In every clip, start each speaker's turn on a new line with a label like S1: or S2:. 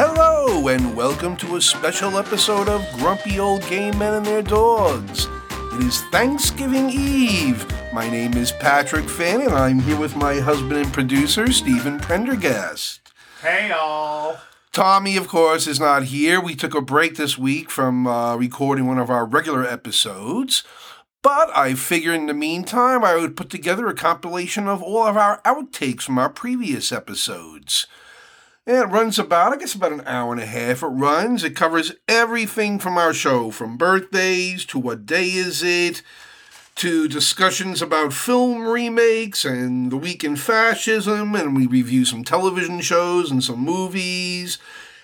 S1: Hello, and welcome to a special episode of Grumpy Old Gay Men and Their Dogs. It is Thanksgiving Eve. My name is Patrick Finn, and I'm here with my husband and producer, Stephen Prendergast.
S2: Hey all.
S1: Tommy, of course, is not here. We took a break this week from uh, recording one of our regular episodes. But I figure in the meantime, I would put together a compilation of all of our outtakes from our previous episodes. And it runs about, I guess, about an hour and a half. It runs. It covers everything from our show, from birthdays to what day is it, to discussions about film remakes and the week in fascism, and we review some television shows and some movies,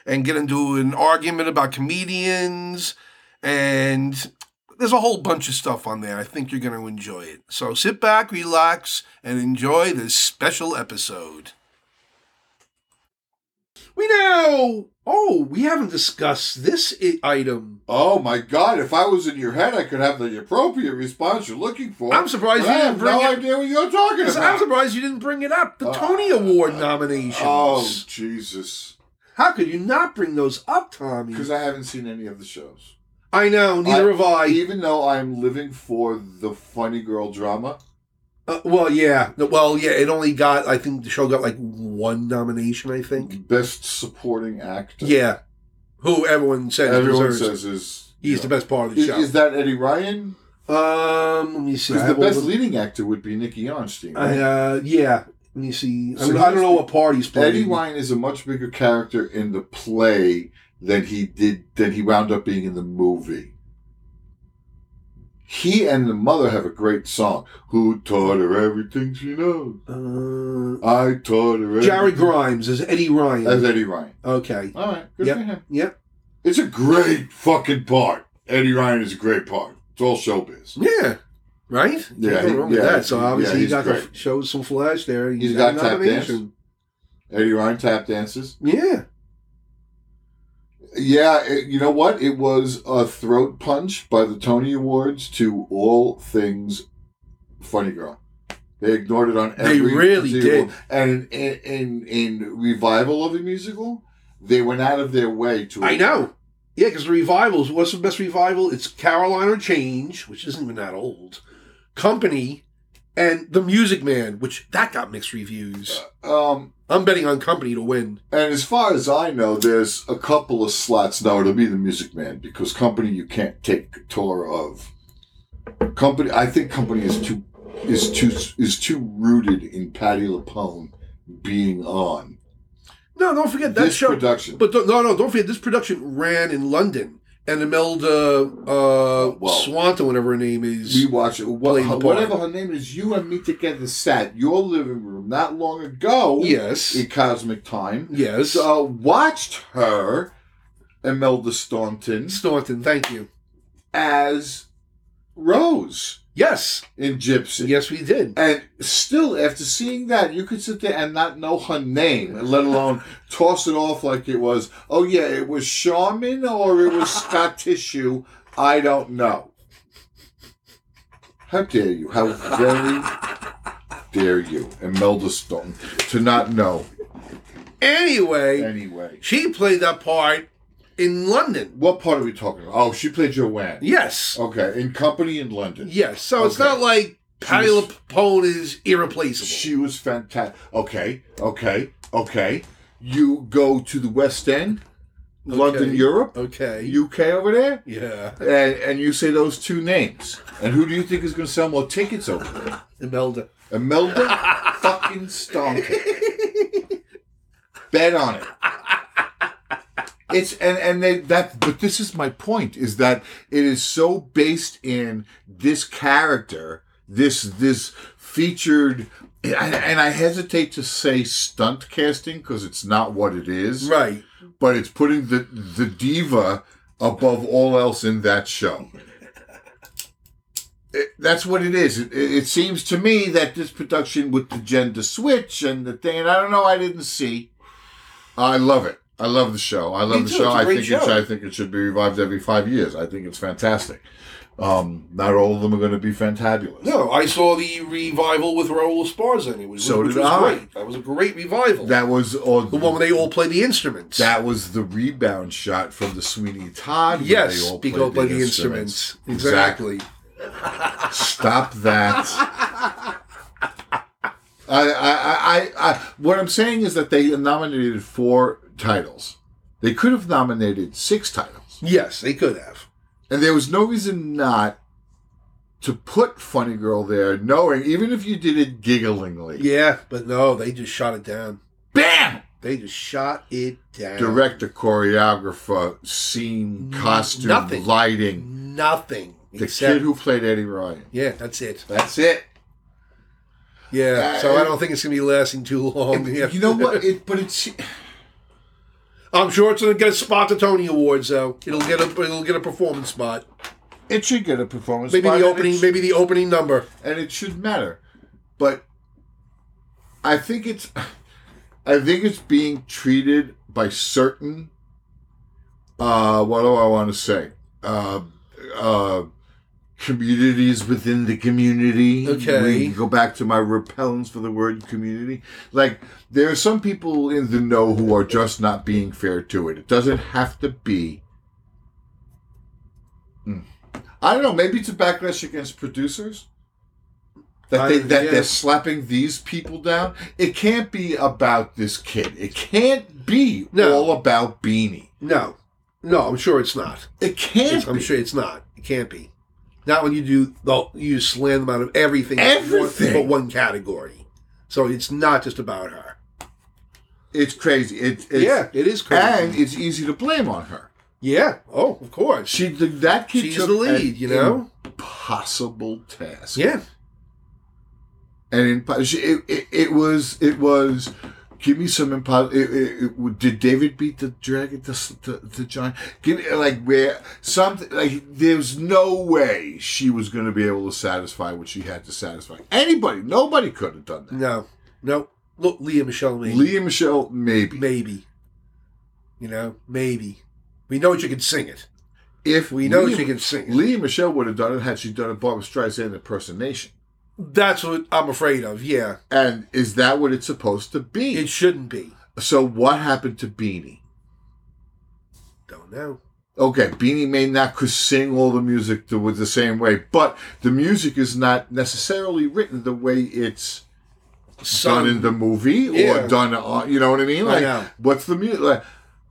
S1: and get into an argument about comedians, and there's a whole bunch of stuff on there. I think you're going to enjoy it. So sit back, relax, and enjoy this special episode. We now, oh, we haven't discussed this i- item.
S2: Oh my god, if I was in your head I could have the appropriate response you're looking for.
S1: I'm surprised
S2: But
S1: you
S2: I
S1: didn't
S2: have
S1: bring
S2: no
S1: it.
S2: idea what you're talking
S1: I'm
S2: about.
S1: surprised you didn't bring it up. The
S2: Uh,
S1: Tony Award
S2: uh,
S1: nominations.
S2: oh Jesus.
S1: How could you not bring those up, Tommy?
S2: Because I haven't seen any of the shows.
S1: I know, neither have I.
S2: Even though I'm living for the funny girl drama.
S1: Uh, well, yeah. No, Well, yeah, it only got, I think the show got like one nomination, I think.
S2: Best supporting actor.
S1: Yeah. Who everyone says
S2: Everyone
S1: deserves.
S2: says is
S1: He's the best part of the
S2: Is,
S1: show.
S2: is that Eddie Ryan?
S1: um, let me see. I
S2: Because the
S1: have
S2: best
S1: all
S2: leading actor would be Nicky Onstein.
S1: I,
S2: right?
S1: uh, yeah. Let me see. I,
S2: So
S1: mean, I don't
S2: he's-
S1: know what party's playing.
S2: Eddie Ryan is a much bigger character in the play than he did than he wound up being in the movie. He and the mother have a great song. Who taught her everything she knows?
S1: Uh,
S2: I taught her. Everything.
S1: Jared Grimes is Eddie Ryan.
S2: That's Eddie Ryan.
S1: okay.
S2: All right, good for him.
S1: Yep.
S2: It's a great fucking part. Eddie Ryan is a great part. It's all showbiz.
S1: Yeah. Right?
S2: Yeah,
S1: Nothing
S2: he-
S1: wrong with
S2: yeah,
S1: that. So
S2: he-
S1: obviously
S2: yeah,
S1: he
S2: he's
S1: got to
S2: great.
S1: show some flash there.
S2: He's got
S1: a
S2: tap
S1: nomination.
S2: Eddie Ryan tap dances.
S1: Yeah.
S2: Yeah, it, you know what? It was a throat punch by the Tony Awards to all things Funny Girl. They ignored it on
S1: They
S2: every.
S1: really
S2: conceivable-
S1: did.
S2: And in, in in revival of the musical, they went out of their way to.
S1: I know. Yeah, because revivals. What's the best revival? It's Carolina Change, which isn't even that old. Company, and The Music Man, which that got mixed reviews.
S2: Um,
S1: I'm betting on Company to win.
S2: and as far as I know, there's a couple of slots. No, it'll be the Music Man because Company you can't take a tour of. Company, I think Company is too is too is too rooted in Patty LaPone being on.
S1: No, don't forget that
S2: this
S1: show.
S2: production.
S1: But don't, no, no, don't forget this production ran in London, and Imelda uh,
S2: Oh, Well,
S1: Swanton, whatever her name is.
S2: we watch it. What,
S1: Playing the part.
S2: whatever her name is, you and me together sat your living room not long ago
S1: yes,
S2: in Cosmic Time.
S1: yes.
S2: So watched her, Imelda Staunton,
S1: Staunton, thank you.
S2: as Rose
S1: Yes,
S2: in Gypsy.
S1: yes, we did.
S2: And still, after seeing that, you could sit there and not know her name, let alone toss it off like it was, oh yeah, it was Charmin or it was Scott Tissue. I don't know. How dare you? How very dare you, Imelda Stone, to not know
S1: Anyway,
S2: anyway.
S1: she played that part in London.
S2: What part are we talking about? Oh, she played Joanne.
S1: Yes,
S2: Okay, in Company in London.
S1: yes. So it's
S2: Okay.
S1: not like Patty
S2: was-
S1: LuPone is irreplaceable.
S2: She was fantastic. Okay, okay, okay. You go to the West End, London,
S1: Okay.
S2: Europe,
S1: okay.
S2: UK over there,
S1: yeah,
S2: and, and you say those two names. And who do you think is going to sell more tickets over there?
S1: Imelda.
S2: Imelda fucking Staunton. Bet on it. It's and and they that but this is my point is that it is so based in this character, this this featured and and I hesitate to say stunt casting because it's not what it is,
S1: Right.
S2: but it's putting the the diva above all else in that show. It- that's what it is. It, it seems to me that this production with the gender switch and the thing, and I don't know, I didn't see. I love it. I love the show. I love
S1: Me
S2: the
S1: too.
S2: show.
S1: It's a
S2: I
S1: great
S2: think
S1: show.
S2: It, I think it should be revived every five years. I think it's fantastic. Um, not all of them are going to be fantabulous.
S1: No, I saw the revival with Raul Esparza, and it was
S2: So
S1: which
S2: did
S1: was
S2: I.
S1: great. That was a great revival.
S2: That was all
S1: the one where they all play the instruments.
S2: That was the rebound shot from the Sweeney Todd. where
S1: yes,
S2: they all
S1: because
S2: played
S1: by the instruments, exactly.
S2: Stop that. I, I, I, I, what I'm saying is that they nominated four titles. They could have nominated six titles,
S1: Yes, they could have.
S2: and there was no reason not to put Funny Girl there, knowing even if you did it gigglingly.
S1: Yeah, but no, they just shot it down.
S2: Bam!
S1: They just shot it down.
S2: Director, choreographer, scene, costume,
S1: nothing.
S2: lighting.
S1: nothing.
S2: The
S1: except,
S2: kid who played Eddie Ryan.
S1: yeah, that's it.
S2: That's it.
S1: Yeah,
S2: Uh,
S1: so I don't think it's gonna be lasting too long. yeah.
S2: You know what? It, but it's
S1: I'm sure it's gonna get a spot at the Tony Awards, though. It'll get a it'll get a performance spot.
S2: it should get a performance.
S1: Maybe
S2: spot,
S1: the
S2: and
S1: opening,
S2: it sh-
S1: maybe the opening number.
S2: and it should matter. But I think it's, I think it's being treated by certain. Uh, what do I want to say? Uh, uh, communities within the community.
S1: Okay.
S2: We can go back to my repellence for the word community. Like there are some people in the know who are just not being fair to it. It doesn't have to be. Mm. I don't know. Maybe it's a backlash against producers that they
S1: I-
S2: that
S1: yeah.
S2: they're slapping these people down. It can't be about this kid. It can't be
S1: No.
S2: all about Beanie.
S1: No, no, I'm sure it's not.
S2: It can't.
S1: It's- I'm
S2: be.
S1: sure it's not. It can't be. Not when you do. Well, you slam them out of everything, but one-
S2: Everything.
S1: but one category. So it's not just about her.
S2: It's crazy. It, it's,
S1: yeah, it is crazy.
S2: and it's easy to blame on her.
S1: yeah. Oh, of course.
S2: She the, that kid
S1: She's
S2: took
S1: the lead,
S2: an
S1: you know?
S2: impossible task.
S1: Yeah.
S2: and impo- she, it, it, it was it was. Give me some impossible. Did David beat the dragon? The the, the giant? Give me, like where something like there's no way she was going to be able to satisfy what she had to satisfy. Anybody, nobody could have done that.
S1: No. No. Look, Leah Michelle maybe.
S2: Leah Michelle, maybe.
S1: Maybe. You know, maybe. We know she can sing it.
S2: If
S1: We know
S2: Lea-
S1: she can sing it.
S2: Leah Michelle would have done it had she done a Barbara Streisand impersonation.
S1: That's what I'm afraid of. Yeah.
S2: And is that what it's supposed to be?
S1: It shouldn't be.
S2: So what happened to Beanie?
S1: Don't know.
S2: Okay, Beanie may not could sing all the music the, with the same way, but the music is not necessarily written the way it's
S1: Son.
S2: done in the movie
S1: Yeah.
S2: or done on. You know what I mean? Like,
S1: know.
S2: what's the music? Like,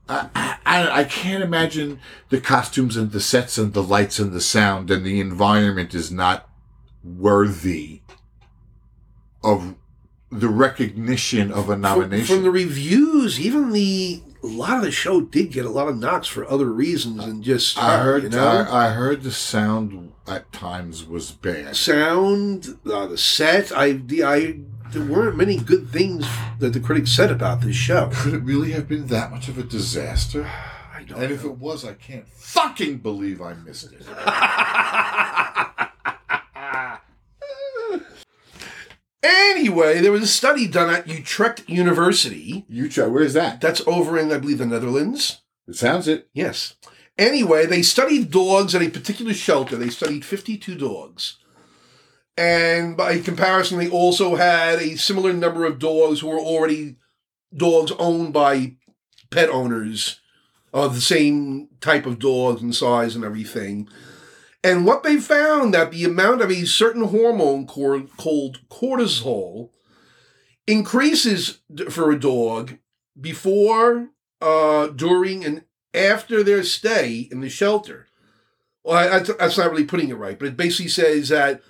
S2: I, I- I I can't imagine the costumes and the sets and the lights and the sound and the environment is not worthy of the recognition of a
S1: from,
S2: nomination.
S1: from the reviews, even the a lot of the show did get a lot of knocks for other reasons and just
S2: I heard.
S1: you know
S2: I, I heard the sound at times was bad.
S1: sound, uh, the set. I the I there weren't many good things that the critics said about this show.
S2: Could it really have been that much of a disaster?
S1: I don't.
S2: And if it was, I can't fucking believe I missed it.
S1: Anyway, there was a study done at Utrecht University.
S2: You try. Where's that?
S1: That's over in, I believe, the Netherlands.
S2: It sounds it.
S1: Yes. Anyway, they studied dogs at a particular shelter. They studied 52 dogs. And by comparison, they also had a similar number of dogs who were already dogs owned by pet owners of the same type of dogs and size and everything. And what they found that the amount of a certain hormone cor- called cortisol increases d- for a dog before, uh, during, and after their stay in the shelter. Well, I- that's, that's not really putting it right, but it basically says that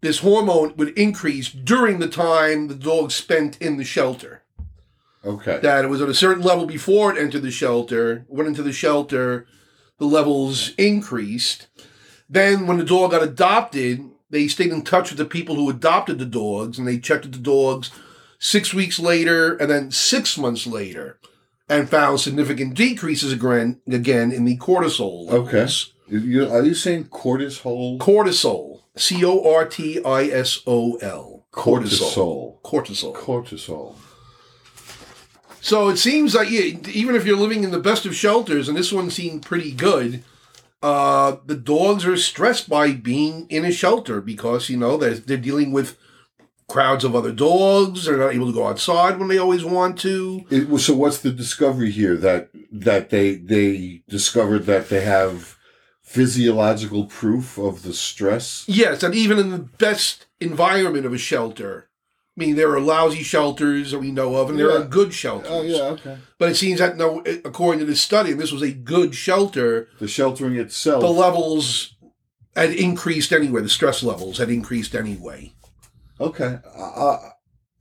S1: this hormone would increase during the time the dog spent in the shelter.
S2: Okay.
S1: That it was at a certain level before it entered the shelter, went into the shelter, the levels increased. Then, when the dog got adopted, they stayed in touch with the people who adopted the dogs and they checked with the dogs six weeks later and then six months later and found significant decreases again, again in the cortisol.
S2: Okay.
S1: levels.
S2: You- you- are you saying cortisol?
S1: Cortisol. C O R T I S O L.
S2: Cortisol.
S1: Cortisol.
S2: Cortisol.
S1: So it seems like yeah, even if you're living in the best of shelters, and this one seemed pretty good, Uh, the dogs are stressed by being in a shelter because you know they're they're dealing with crowds of other dogs. They're not able to go outside when they always want to.
S2: It, was- so what's the discovery here that that they they discovered that they have physiological proof of the stress?
S1: Yes, and even in the best environment of a shelter. I mean, there are lousy shelters that we know of, and there
S2: Yeah. Oh,
S1: are good shelters.
S2: okay.
S1: But it seems that no, according to this study, and this was a good shelter.
S2: The sheltering itself.
S1: The levels had increased anyway. The stress levels had increased anyway.
S2: okay. Uh,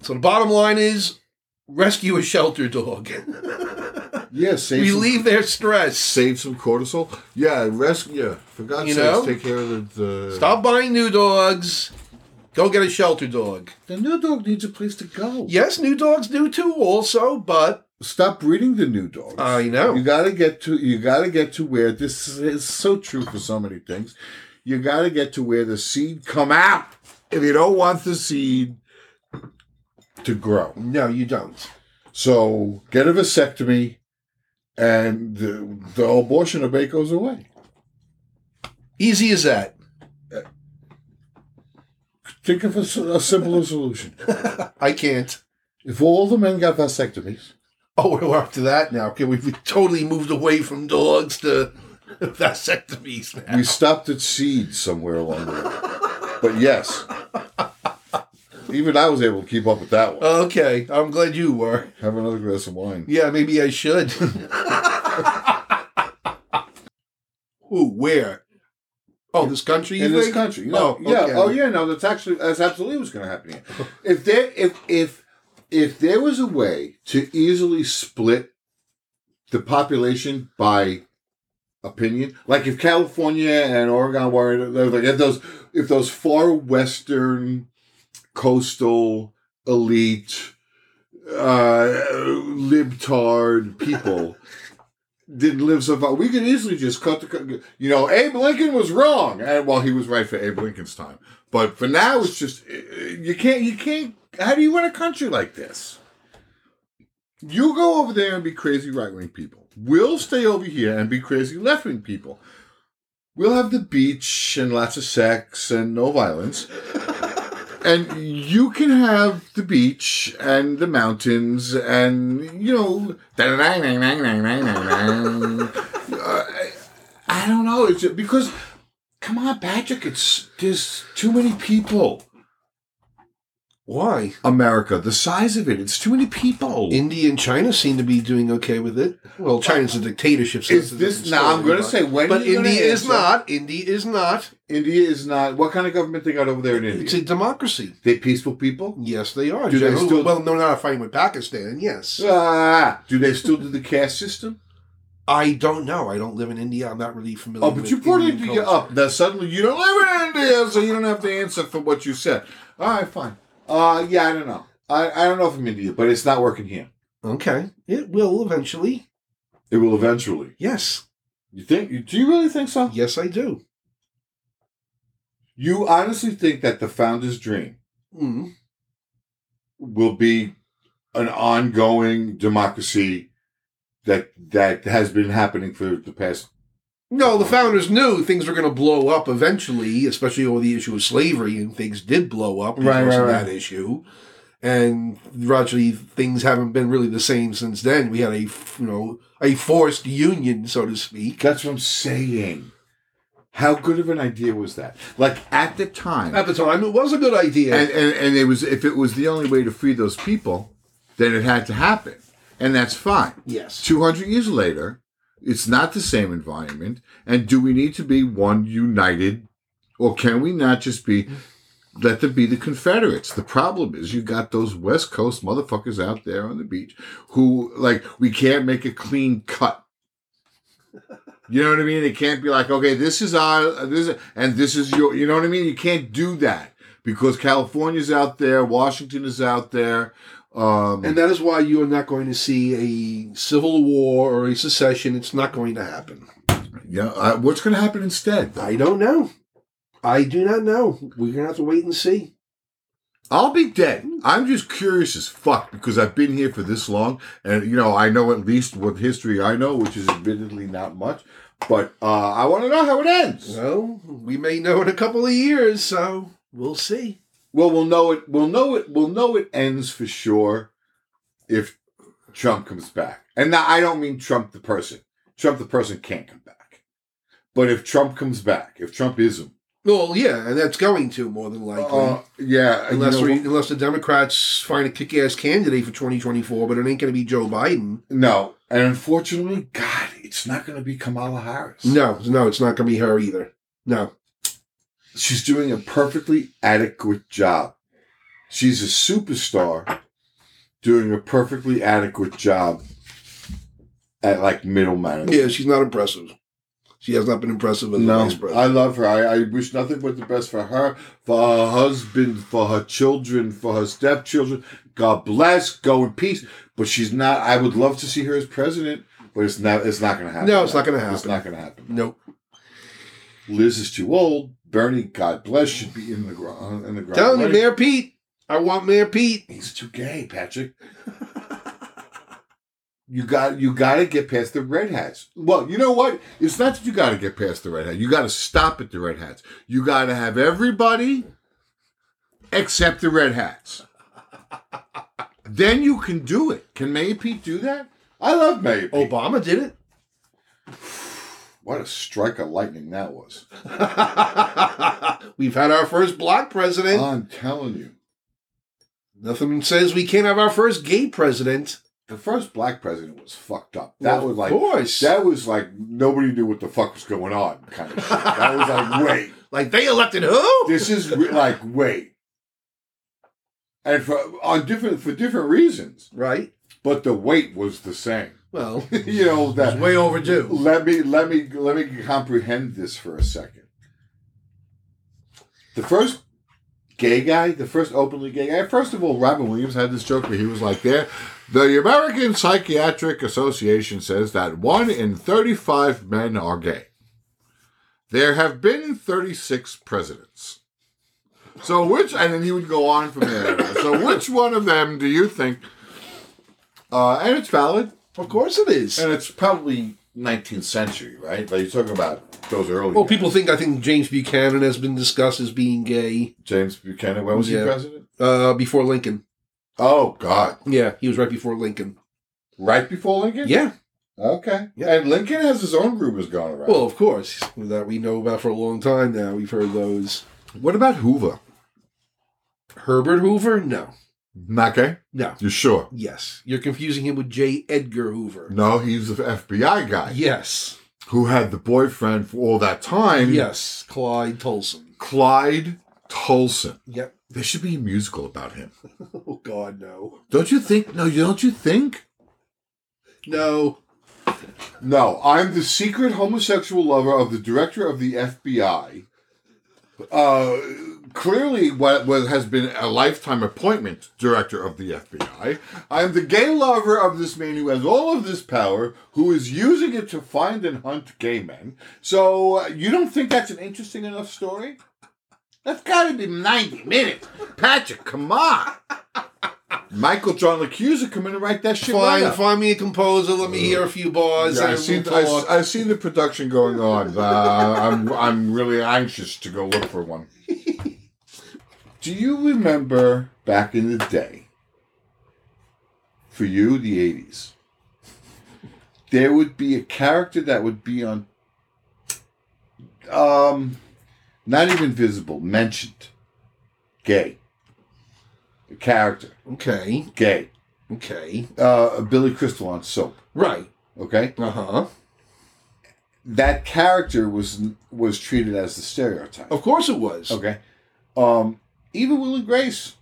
S1: So the bottom line is, rescue a shelter dog.
S2: yeah. Save
S1: Relieve their stress.
S2: Some, save some cortisol. Yeah. Rest. Yeah. For God's
S1: You
S2: sake,
S1: know?
S2: take care of the. the
S1: Stop buying new dogs. Go get a shelter dog.
S2: The new dog needs a place to go.
S1: Yes, new dogs do too, also, but
S2: Stop breeding the new dogs.
S1: I know.
S2: You gotta get to you gotta get to where this is so true for so many things. You gotta get to where the seed come out. If you don't want the seed to grow,
S1: No, you don't.
S2: so get a vasectomy, and the, the abortion debate goes away.
S1: Easy as that.
S2: Think of a, s- a simpler solution.
S1: I can't.
S2: If all the men got vasectomies,
S1: Oh, we're up to that now. Okay, we've totally moved away from dogs to vasectomies now.
S2: we stopped at seed somewhere along the way. But yes, even I was able to keep up with that one.
S1: Okay, I'm glad you were.
S2: Have another glass of wine.
S1: Yeah, maybe I should. Who? Where? Oh, this country. you
S2: in this
S1: think?
S2: country. No,
S1: Oh,
S2: yeah,
S1: okay.
S2: oh yeah, no, that's actually that's absolutely what's going to happen. Here. If there, if if if there was a way to easily split the population by opinion, like if California and Oregon were like if those if those far western coastal elite uh libtard people didn't live so far. We could easily just cut the, co- you know, Abe Lincoln was wrong, and well, he was right for Abe Lincoln's time. But for now, it's just uh, you can't, you can't. How do you run a country like this? You go over there and be crazy right wing people. We'll stay over here and be crazy left wing people. We'll have the beach and lots of sex and no violence. And you can have the beach and the mountains and, you know, uh, I don't know. It's because, come on, Patrick, it's there's too many people.
S1: Why?
S2: America, the size of it, it's too many people.
S1: India and China seem to be doing okay with it. Well, China's a dictatorship. so
S2: Is
S1: a
S2: this-
S1: different
S2: now,
S1: story,
S2: I'm gonna
S1: but-
S2: say, when
S1: but
S2: are you gonna
S1: India is
S2: answer?
S1: not. India is not.
S2: India is not. What kind of government they got over there in
S1: It's
S2: India?
S1: a democracy.
S2: They peaceful people.
S1: Yes, they are.
S2: Do they
S1: Generally-
S2: still-
S1: Well, no, not fighting with Pakistan. Yes,
S2: Ah, do they still do the caste system?
S1: I don't know. I don't live in India. I'm not really familiar.
S2: Oh, but
S1: with
S2: you brought
S1: Indian
S2: India
S1: culture.
S2: up. Now suddenly you don't live in India, so you don't have to answer for what you said. All right, fine. Uh, yeah, I don't know. I, I don't know if I'm India, but it's not working here.
S1: Okay, it will eventually.
S2: It will eventually.
S1: Yes,
S2: You think? you- Do you really think so?
S1: yes, I do.
S2: You honestly think that the founder's dream
S1: Mm.
S2: will be an ongoing democracy that that has been happening for the past?
S1: No, the founders knew things were going to blow up eventually, especially over the issue of slavery, and things did blow up because
S2: Right, right,
S1: of
S2: right.
S1: that issue. And gradually, things haven't been really the same since then. We had a you know a forced union, so to speak.
S2: That's what I'm saying. How good of an idea was that? Like at the time,
S1: At the time, it was a good idea.
S2: and, and and it was if it was the only way to free those people, then it had to happen, and that's fine.
S1: yes.
S2: Two hundred years later, it's not the same environment, and do we need to be one united, or can we not just be? Let them be the Confederates. The problem is you got those West Coast motherfuckers out there on the beach who like we can't make a clean cut. You know what I mean? It can't be like, okay, this is our this is, and this is your you know what I mean? You can't do that because California's out there, Washington is out there. Um
S1: And that is why you are not going to see a civil war or a secession. It's not going to happen.
S2: yeah, uh, what's going to happen instead?
S1: I don't know. I do not know. We're going to have to wait and see.
S2: I'll be dead. I'm just curious as fuck because I've been here for this long, and you know I know at least what history I know, which is admittedly not much. But uh, I want to know how it ends.
S1: Well, we may know in a couple of years, so we'll see.
S2: Well, we'll know it. We'll know it. We'll know it ends for sure if Trump comes back. And now I don't mean Trump the person. Trump the person can't come back. But if Trump comes back, if Trump ism,
S1: Well, yeah, and that's going to more than likely.
S2: uh, yeah, you
S1: Unless
S2: know,
S1: we, unless the Democrats find a kick-ass candidate for 2024, but it ain't going to be Joe Biden.
S2: no, and unfortunately, God, it's not going to be Kamala Harris.
S1: No, no, it's not going to be her either. No,
S2: she's doing a perfectly adequate job. She's a superstar doing a perfectly adequate job at like middle management.
S1: yeah, she's not impressive. She has not been impressive as a
S2: No,
S1: vice president.
S2: I love her. I, I wish nothing but the best for her, for her husband, for her children, for her stepchildren. God bless. Go in peace. But she's not. I would love to see her as president, but it's not. It's not going to happen.
S1: No, it's not gonna
S2: It's
S1: happen.
S2: not going to happen.
S1: nope.
S2: Liz is too old. Bernie, God bless, should be in the ground. In the ground.
S1: Telling you, Mayor Pete. I want Mayor Pete.
S2: He's too gay, Patrick. you got you got to get past the red hats. Well, you know what? It's not that you got to get past the red hat. You got to stop at the red hats. You got to have everybody except the red hats. then you can do it. Can Mayor Pete do that? I love Mayor Pete.
S1: Obama did it.
S2: What a strike of lightning that was!
S1: We've had our first black president.
S2: I'm telling you,
S1: Nothing says we can't have our first gay president.
S2: the first black president was fucked up. That
S1: Well,
S2: was like
S1: of course.
S2: That was like nobody knew what the fuck was going on kind of shit. That was like, wait,
S1: like they elected who?
S2: this is re- like, wait. And for on different for different reasons,
S1: right.
S2: but the wait was the same.
S1: Well,
S2: you know
S1: it's
S2: that.
S1: way overdue.
S2: Let me let me let me comprehend this for a second. The first gay guy, the first openly gay guy. First of all, Robin Williams had this joke where he was like, "There, the American Psychiatric Association says that one in thirty-five men are gay. There have been thirty-six presidents." So which, and then he would go on from there. So which one of them do you think? Uh, and it's valid.
S1: Of course it is.
S2: And it's probably 19th century, right? Like you're talking about those early.
S1: Well, people think I think James Buchanan has been discussed as being gay
S2: James Buchanan, when was
S1: Yeah.
S2: he president?
S1: uh, before Lincoln.
S2: Oh, God.
S1: Yeah, he was right before Lincoln.
S2: Right before Lincoln?
S1: Yeah.
S2: Okay.
S1: Yeah.
S2: And Lincoln has his own rumors going around.
S1: Well, of course that we know about for a long time now. We've heard those.
S2: what about Hoover?
S1: Herbert Hoover? No.
S2: Not gay?
S1: No.
S2: You sure?
S1: Yes. You're confusing him with J. Edgar Hoover.
S2: No, he's the FBI guy
S1: Yes.
S2: who had the boyfriend for all that time,
S1: Yes. Clyde Tolson.
S2: Clyde Tolson.
S1: Yep.
S2: There should be a musical about him.
S1: Oh God, no.
S2: Don't you think? No, you don't you think?
S1: No.
S2: No, I'm the secret homosexual lover of the director of the FBI. Uh, clearly, what, what has been a lifetime appointment, director of the FBI. I'm the gay lover of this man who has all of this power, who is using it to find and hunt gay men. So, uh, you don't think that's an interesting enough story? That's got to be 90 minutes. Patrick, come on. Michael John Lacusa, come in and write that shit right
S1: Find
S2: up.
S1: find me a composer. Let me hear a few bars.
S2: Yeah, I
S1: and
S2: see.
S1: we'll talk.
S2: I, I see the production going on. Uh, I'm I'm really anxious to go look for one. Do you remember back in the day? For you, the '80s, there would be a character that would be on, um, not even visible, mentioned, gay. A character,
S1: okay.
S2: gay.
S1: Okay.
S2: Uh, Billy Crystal on soap.
S1: Right.
S2: Okay.
S1: Uh huh.
S2: that character was was treated as the stereotype.
S1: Of course it was.
S2: Okay. Um, even Will and Grace,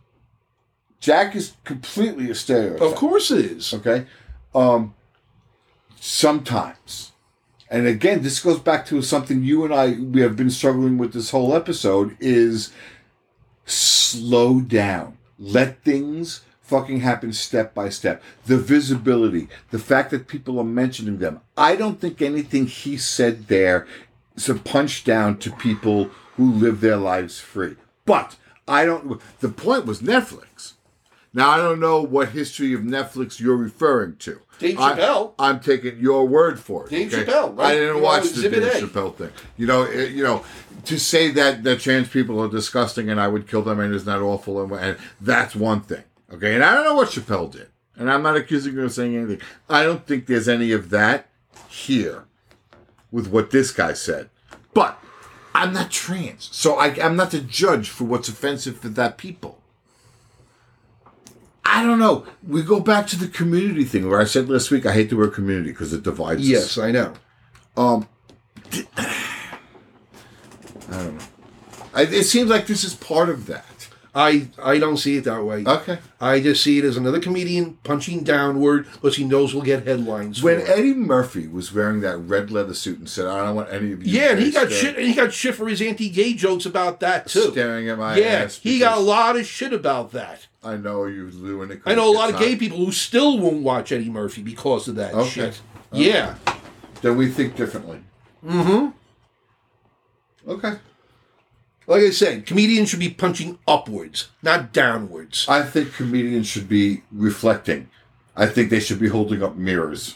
S2: Jack is completely a stereotype.
S1: Of course it is.
S2: Okay. Um, sometimes, and again, this goes back to something you and I we have been struggling with this whole episode is slow down, let things fucking happen step by step. The visibility, the fact that people are mentioning them. I don't think anything he said there is a punch down to people who live their lives free. But I don't. The point was Netflix. Now I don't know what history of Netflix you're referring to.
S3: Dave
S2: I-
S3: Chappelle.
S2: I'm taking your word for it.
S3: Dave Chappelle, right?
S2: I didn't
S3: You know,
S2: watch the
S3: Exhibit
S2: Dave
S3: A.
S2: Chappelle thing. You know, it, you know, to say that that trans people are disgusting and I would kill them and isn't that awful and, and that's one thing. Okay, and I don't know what Chappelle did, and I'm not accusing you of saying anything. I don't think there's any of that here with what this guy said, but I'm not trans, so I, I'm not the judge for what's offensive for that people. I don't know. We go back to the community thing where I said last week I hate the word community because it divides. us.
S1: Yes, I know.
S2: I, it seems like this is part of that.
S1: I I don't see it that way.
S2: Okay.
S1: I just see it as another comedian punching downward because he knows we'll get headlines.
S2: When
S1: for it.
S2: Eddie Murphy was wearing that red leather suit and said, "I don't want any of you,"
S1: yeah, and he got
S2: guys
S1: shit. And he got shit for his anti-gay jokes about that too.
S2: staring at my
S1: yeah,
S2: ass.
S1: he got a
S2: because
S1: lot of shit about that.
S2: I know you doing it.
S1: I know a lot of gay people who still won't watch Eddie Murphy because of that
S2: Okay.
S1: shit.
S2: Okay.
S1: Yeah.
S2: Then we think differently. Mm-hmm. Okay.
S1: Like I said, comedians should be punching upwards, not downwards.
S2: I think comedians should be reflecting. I think they should be holding up mirrors.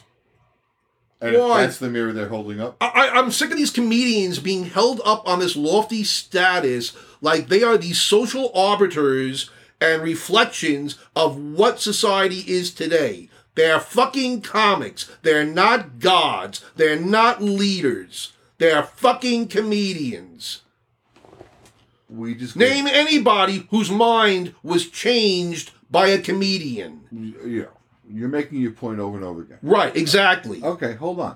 S2: And if
S1: Why?
S2: that's the mirror they're holding up.
S1: I, I- I'm sick of these comedians being held up on this lofty status like they are these social arbiters and reflections of what society is today. They're fucking comics. They're not gods. They're not leaders. They're fucking comedians.
S2: We just
S1: Name anybody whose mind was changed by a comedian.
S2: Yeah, you're making your point over and over again.
S1: Right, exactly.
S2: Okay, hold on.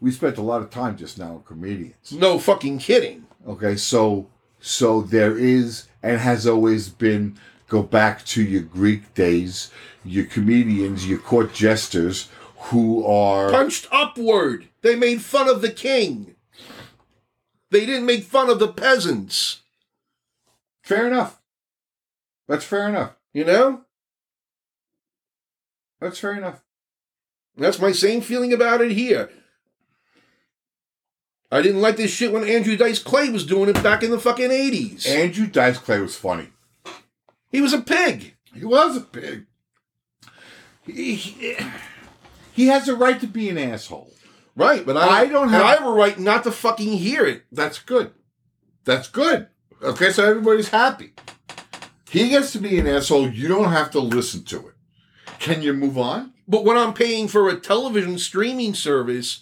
S2: We spent a lot of time just now on comedians.
S1: No fucking kidding.
S2: Okay, so so there is and has always been go back to your Greek days, your comedians, your court jesters who are
S1: punched upward. They made fun of the king. They didn't make fun of the peasants.
S2: fair enough. That's fair enough.
S1: You know?
S2: That's fair enough.
S1: That's my same feeling about it here. I didn't like this shit when Andrew Dice Clay was doing it back in the fucking 80s.
S2: Andrew Dice Clay was funny.
S1: he was a pig.
S2: He was a pig. He, he, he has a right to be an asshole.
S1: Right, but
S2: I don't
S1: and
S2: have-
S1: I have a right not to fucking hear it.
S2: That's good. That's good. Okay, so everybody's happy. He gets to be an asshole. You don't have to listen to it. Can you move on?
S1: But when I'm paying for a television streaming service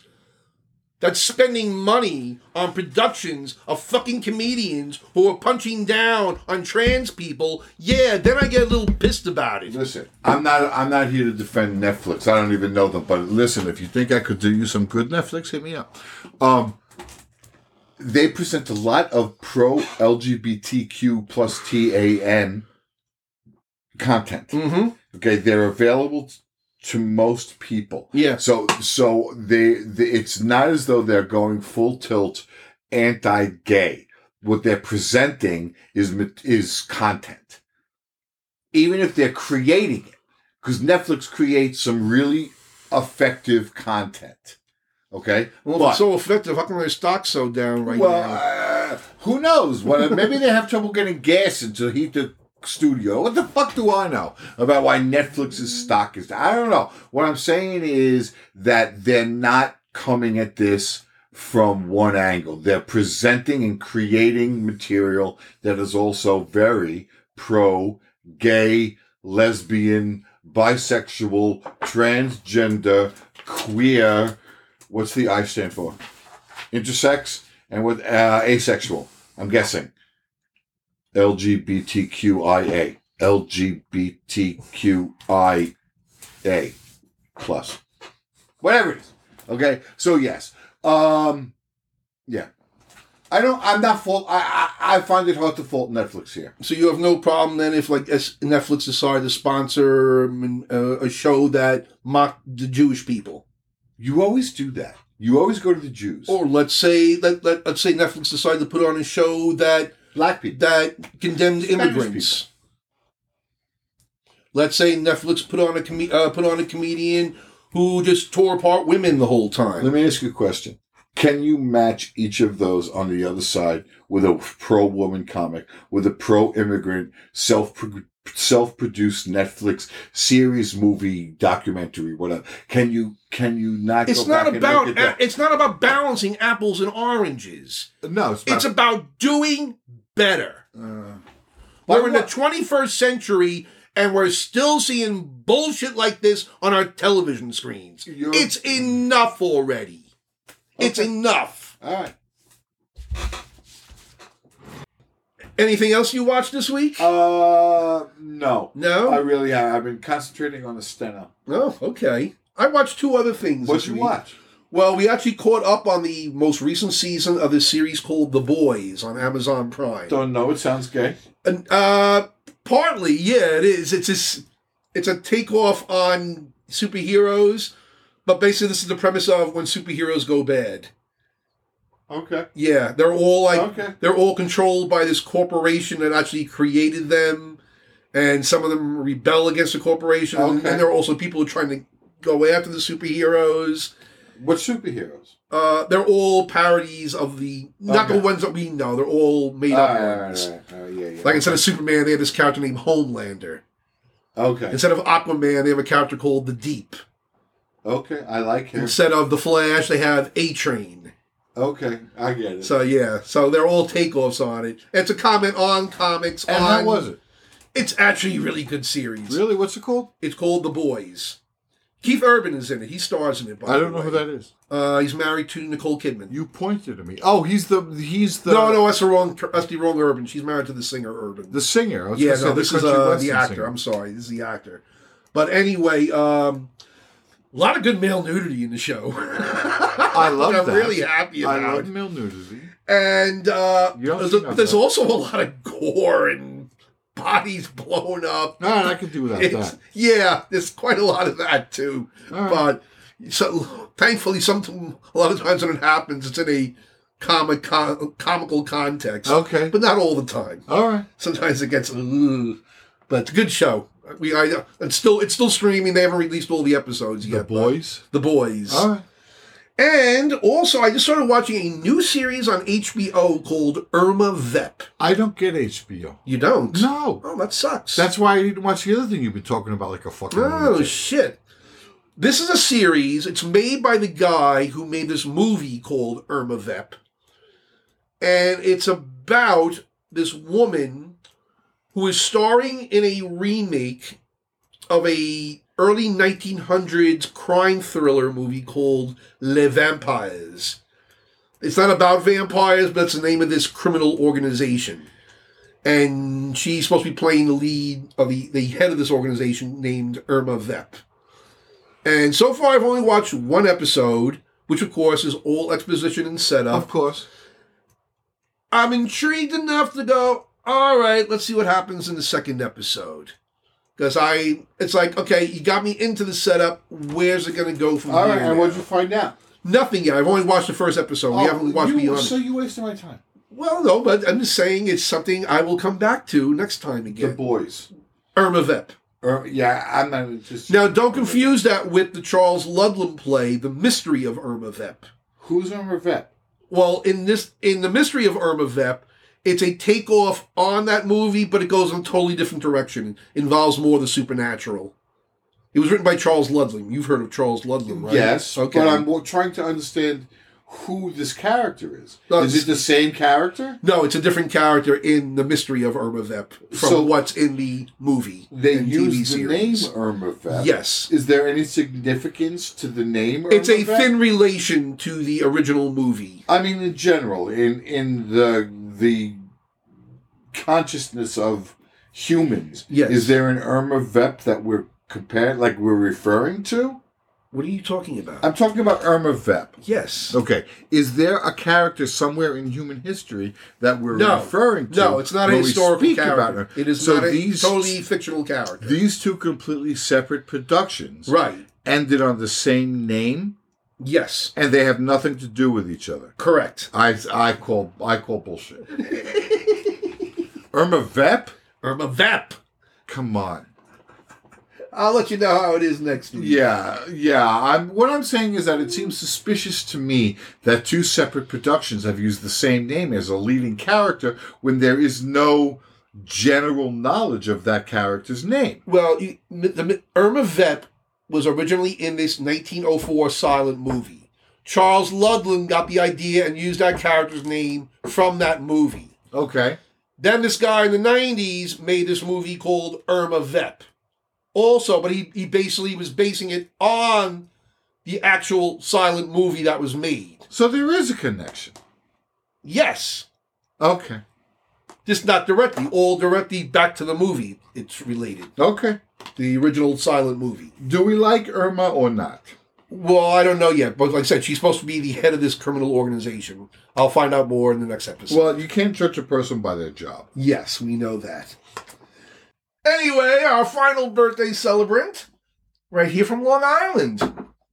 S1: that's spending money on productions of fucking comedians who are punching down on trans people, yeah, then I get a little pissed about it.
S2: Listen, I'm not. I'm not here to defend Netflix. I don't even know them. But listen, if you think I could do you some good, Netflix, hit me up. Um, they present a lot of pro LGBTQ plus TAN content.
S1: Mm-hmm.
S2: Okay, they're available t- to most people.
S1: Yeah.
S2: So so they, they it's not as though they're going full tilt anti-gay. What they're presenting is mat- is content. Even if they're creating it cuz Netflix creates some really effective content. Okay?
S1: Well, if
S2: But-
S1: it's so effective, how come their stock's so down right
S2: well,
S1: now?
S2: uh, who knows? What maybe they have trouble getting gas into heat the studio. What the fuck do I know about why Netflix's stock is? I don't know. What I'm saying is that they're not coming at this from one angle. They're presenting and creating material that is also very pro gay, lesbian, bisexual, transgender, queer. What's the I stand for? intersex and with uh, asexual. I'm guessing LGBTQIA, LGBTQIA plus, whatever it is. Okay, so yes, um, yeah. I don't. I'm not fault. I, I I find it hard to fault Netflix here.
S1: so you have no problem then if like S- Netflix decided to sponsor um, uh, a show that mocked the Jewish people?
S2: You always do that. You always go to the Jews
S1: Or let's say let, let, let's say Netflix decided to put on a show that
S2: black people.
S1: that condemned
S2: Spanish
S1: immigrants. Let's say Netflix put on a com- uh, put on a comedian who just tore apart women the whole
S2: Let
S1: time.
S2: me ask you a question. Can you match each of those on the other side with a pro woman comic, with a pro immigrant, self self-produced Netflix series, movie, documentary, whatever. Can you can you not?
S1: It's
S2: go
S1: not
S2: back and
S1: about
S2: look at
S1: it's not about balancing apples and oranges.
S2: that? No, it's,
S1: It's
S2: not.
S1: about doing better.
S2: uh,
S1: We're in the 21st century and we're still seeing bullshit like this on our television screens.
S2: You're-
S1: It's enough already. It's
S2: Okay.
S1: enough.
S2: all right.
S1: Anything else you watched this week?
S2: Uh, no,
S1: No?
S2: I really have. I've been concentrating on the steno.
S1: oh, okay. I watched two other things.
S2: What
S1: this
S2: you
S1: week.
S2: watch?
S1: Well, we actually caught up on the most recent season of this series called The Boys on Amazon Prime.
S2: Don't know. It sounds gay.
S1: And, uh, partly, yeah, it is. It's this, it's a takeoff on superheroes, but basically, this is the premise of when superheroes go bad.
S2: Okay.
S1: Yeah, they're all like
S2: Okay.
S1: they're all controlled by this corporation that actually created them, and some of them rebel against the corporation, and,
S2: Okay.
S1: and there are also people trying to go after the superheroes.
S2: What superheroes?
S1: Uh, they're all parodies of the not the
S2: Okay.
S1: ones that we know. They're all made
S2: All
S1: up
S2: right, all right,
S1: ones.
S2: all right. Oh, yeah, yeah.
S1: Uh, Like instead of Superman, they had this character named Homelander.
S2: okay.
S1: Instead of Aquaman, they have a character called the Deep.
S2: Okay. I like him.
S1: Instead of the Flash, they have A Train.
S2: Okay. I get it.
S1: So yeah, so they're all takeoffs on it. It's a comment on comics.
S2: and
S1: on,
S2: how was it?
S1: It's actually a really good series.
S2: Really? What's it called?
S1: It's called The Boys. Keith Urban is in it. He stars in it. By
S2: I don't know who that is.
S1: Uh, he's married to Nicole Kidman.
S2: You pointed at me. Oh, he's the he's the
S1: no, no, that's the wrong. That's the wrong Urban. She's married to the singer Urban.
S2: the singer. I was
S1: yeah,
S2: gonna say
S1: no,
S2: the
S1: this is
S2: country
S1: uh, the
S2: western
S1: actor.
S2: singer.
S1: I'm sorry, this is the actor. But anyway, um, a lot of good male nudity in the show. I
S2: love
S1: I'm
S2: that.
S1: really happy
S2: I
S1: about.
S2: love male nudity.
S1: And uh,
S2: You don't
S1: there's,
S2: see
S1: a-
S2: none of
S1: there's
S2: that.
S1: also a lot of gore and bodies blown up.
S2: All right, I could do without
S1: It's-
S2: that. Hmm.
S1: yeah, there's quite a lot of that too.
S2: All right.
S1: But so thankfully, some a lot of times when it happens, it's in a comic con, comical context,
S2: Okay.
S1: but not all the time.
S2: All right.
S1: Sometimes it gets, "Ugh." but it's a good show. We I, it's still it's still streaming. They haven't released all the episodes
S2: The
S1: yet. but-
S2: boys.
S1: the boys,
S2: All right.
S1: and also I just started watching a new series on HBO called Irma Vep.
S2: I don't get HBO.
S1: You don't?
S2: No.
S1: Oh, that sucks.
S2: That's why I didn't watch the other thing you've been talking about, like a fucking.
S1: Oh
S2: lunatic.
S1: shit! This is a series. It's made by the guy who made this movie called Irma Vep, and it's about this woman who is starring in a remake of a early 1900s crime thriller movie called Les Vampires. It's not about vampires, but it's the name of this criminal organization and she's supposed to be playing the lead of the, the head of this organization named Irma Vep. And so far, I've only watched one episode, which of course is all exposition and
S2: Of
S1: setup.
S2: course.
S1: I'm intrigued enough to go, all right, let's see what happens in the second episode. Because I, it's like, okay, you got me into the setup. Where's it going to go from
S2: All
S1: here?
S2: right. And
S1: now?
S2: what'd you find out?
S1: Nothing yet. I've only watched the first episode. we
S2: Oh,
S1: haven't watched
S2: you-
S1: beyond. it.
S2: So you wasted my time.
S1: well, no, but I'm just saying it's something I will come back to next time
S2: The
S1: again.
S2: boys.
S1: Irma Vep.
S2: Or yeah, I'm not interested.
S1: Now, don't confuse that with the Charles Ludlam play, The Mystery of Irma Vep.
S2: Who's on Revet?
S1: Well, in this, in The Mystery of Irma Vep, it's a takeoff on that movie, but it goes in a totally different direction. It involves more the supernatural. It was written by Charles Ludlam. You've heard of Charles Ludlam, right?
S2: Yes.
S1: Okay.
S2: But I'm more trying to understand who this character is.
S1: No,
S2: is
S1: it's-
S2: it the same character?
S1: no, it's a different character in The Mystery of Irma Vep from
S2: So-
S1: what's in the movie.
S2: They
S1: and
S2: use the
S1: TV series.
S2: name Irma Vep.
S1: Yes.
S2: Is there any significance to the name?
S1: It's
S2: Irma
S1: a
S2: Vep?
S1: thin relation to the original movie.
S2: I mean, in general, in in the the consciousness of humans.
S1: Yes.
S2: Is there an Irma Vep that we're compared, like we're referring to?
S1: What are you talking about?
S2: I'm talking about Irma Vep.
S1: yes.
S2: Okay. Is there a character somewhere in human history that we're
S1: No.
S2: referring to?
S1: No, it's not a
S2: when we
S1: historical
S2: speak
S1: character.
S2: about her?
S1: It is
S2: so
S1: not a
S2: these
S1: totally fictional character.
S2: these two completely separate productions
S1: right.
S2: ended on the same name,
S1: Yes.
S2: and they have nothing to do with each other.
S1: Correct.
S2: I I call I call bullshit. Irma Vep,
S1: Irma Vep.
S2: come on.
S1: I'll let you know how it is next week.
S2: Yeah, yeah. I'm what I'm saying is that it seems suspicious to me that two separate productions have used the same name as a leading character when there is no general knowledge of that character's name.
S1: Well, you, the, Irma Vep was originally in this 1904 silent movie. Charles Ludlam got the idea and used that character's name from that movie.
S2: Okay.
S1: Then this guy in the 90s made this movie called Irma Vep. Also, but he, he basically was basing it on the actual silent movie that was made.
S2: So there is a connection.
S1: Yes.
S2: Okay.
S1: Just not directly, all directly back to the movie it's related.
S2: Okay.
S1: The original silent movie.
S2: Do we like Irma or not?
S1: Well, I don't know yet, but like I said, she's supposed to be the head of this criminal organization. I'll find out more in the next episode.
S2: Well, you can't judge a person by their job.
S1: yes, we know that. Anyway, our final birthday celebrant, right here from Long Island.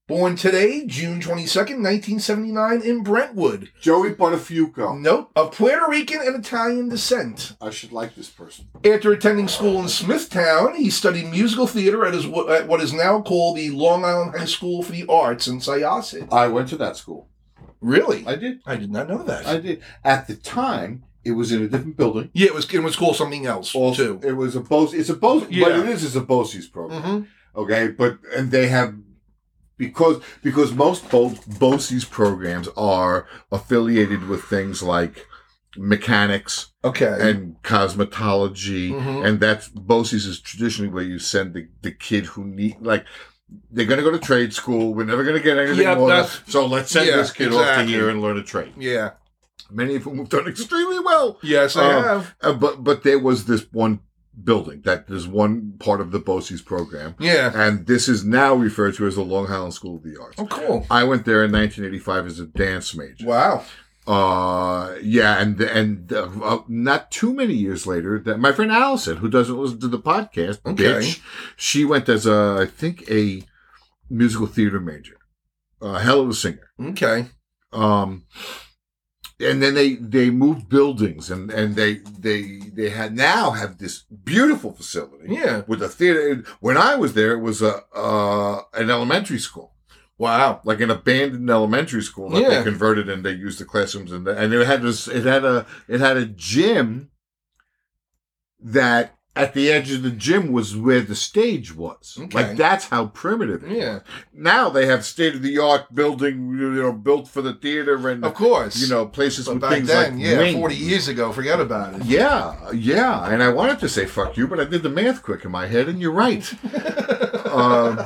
S1: Born today, June 22nd, 1979, in Brentwood.
S2: Joey Buttafuoco.
S1: Nope, of Puerto Rican and Italian descent.
S2: I should like this person.
S1: After attending school in Smithtown, he studied musical theater at, his, at what is now called the Long Island High School for the Arts in Syosset.
S2: I went to that school.
S1: Really?
S2: I did.
S1: I did not know that.
S2: I did. At the time, it was in a different building.
S1: yeah, it was it was called something else
S2: Also,
S1: too.
S2: it was a Bose. It's a Bose, but
S1: Yeah.
S2: it is it's a BOCES program.
S1: hmm
S2: Okay, but and they have because because most Bo- BOCES programs are affiliated with things like mechanics,
S1: Okay.
S2: and cosmetology,
S1: Mhm.
S2: and that's BOCES is traditionally where you send the, the kid who need like they're going to go to trade school. We're never going to get anything
S1: Yeah,
S2: more.
S1: that's-
S2: So let's send
S1: yeah,
S2: this kid off to
S1: exactly.
S2: here and learn a trade.
S1: yeah.
S2: Many of whom have done extremely well,
S1: Yes, I
S2: Um,
S1: have.
S2: uh, but but there was this one building that there's one part of the BOCES program,
S1: Yeah.
S2: and this is now referred to as the Long Island School of the Arts.
S1: Oh, cool.
S2: I went there in 1985 as a dance major.
S1: Wow.
S2: Uh, yeah, and and uh, uh, not too many years later, that my friend Allison, who doesn't listen to the podcast,
S1: Okay.
S2: bitch, she went as a I think a musical theater major, uh, hell of a singer.
S1: Okay.
S2: Um, and then they they moved buildings, and and they they they had now have this beautiful facility
S1: Yeah.
S2: with a theater. When I was there, it was a uh, an elementary school
S1: Wow.
S2: like an abandoned elementary school that
S1: Yeah.
S2: they converted and they used the classrooms and and it had this it had a it had a gym that at the edge of the gym was where the stage was.
S1: Okay.
S2: Like that's how primitive. It
S1: Yeah.
S2: Was. Now they have state of the art building, you know, built for the theater and
S1: Of course.
S2: you know places
S1: But
S2: with
S1: back
S2: things
S1: then,
S2: like
S1: yeah,
S2: wings.
S1: forty years ago, forget about it.
S2: Yeah, yeah, and I wanted to say fuck you, but I did the math quick in my head, and you're right. um,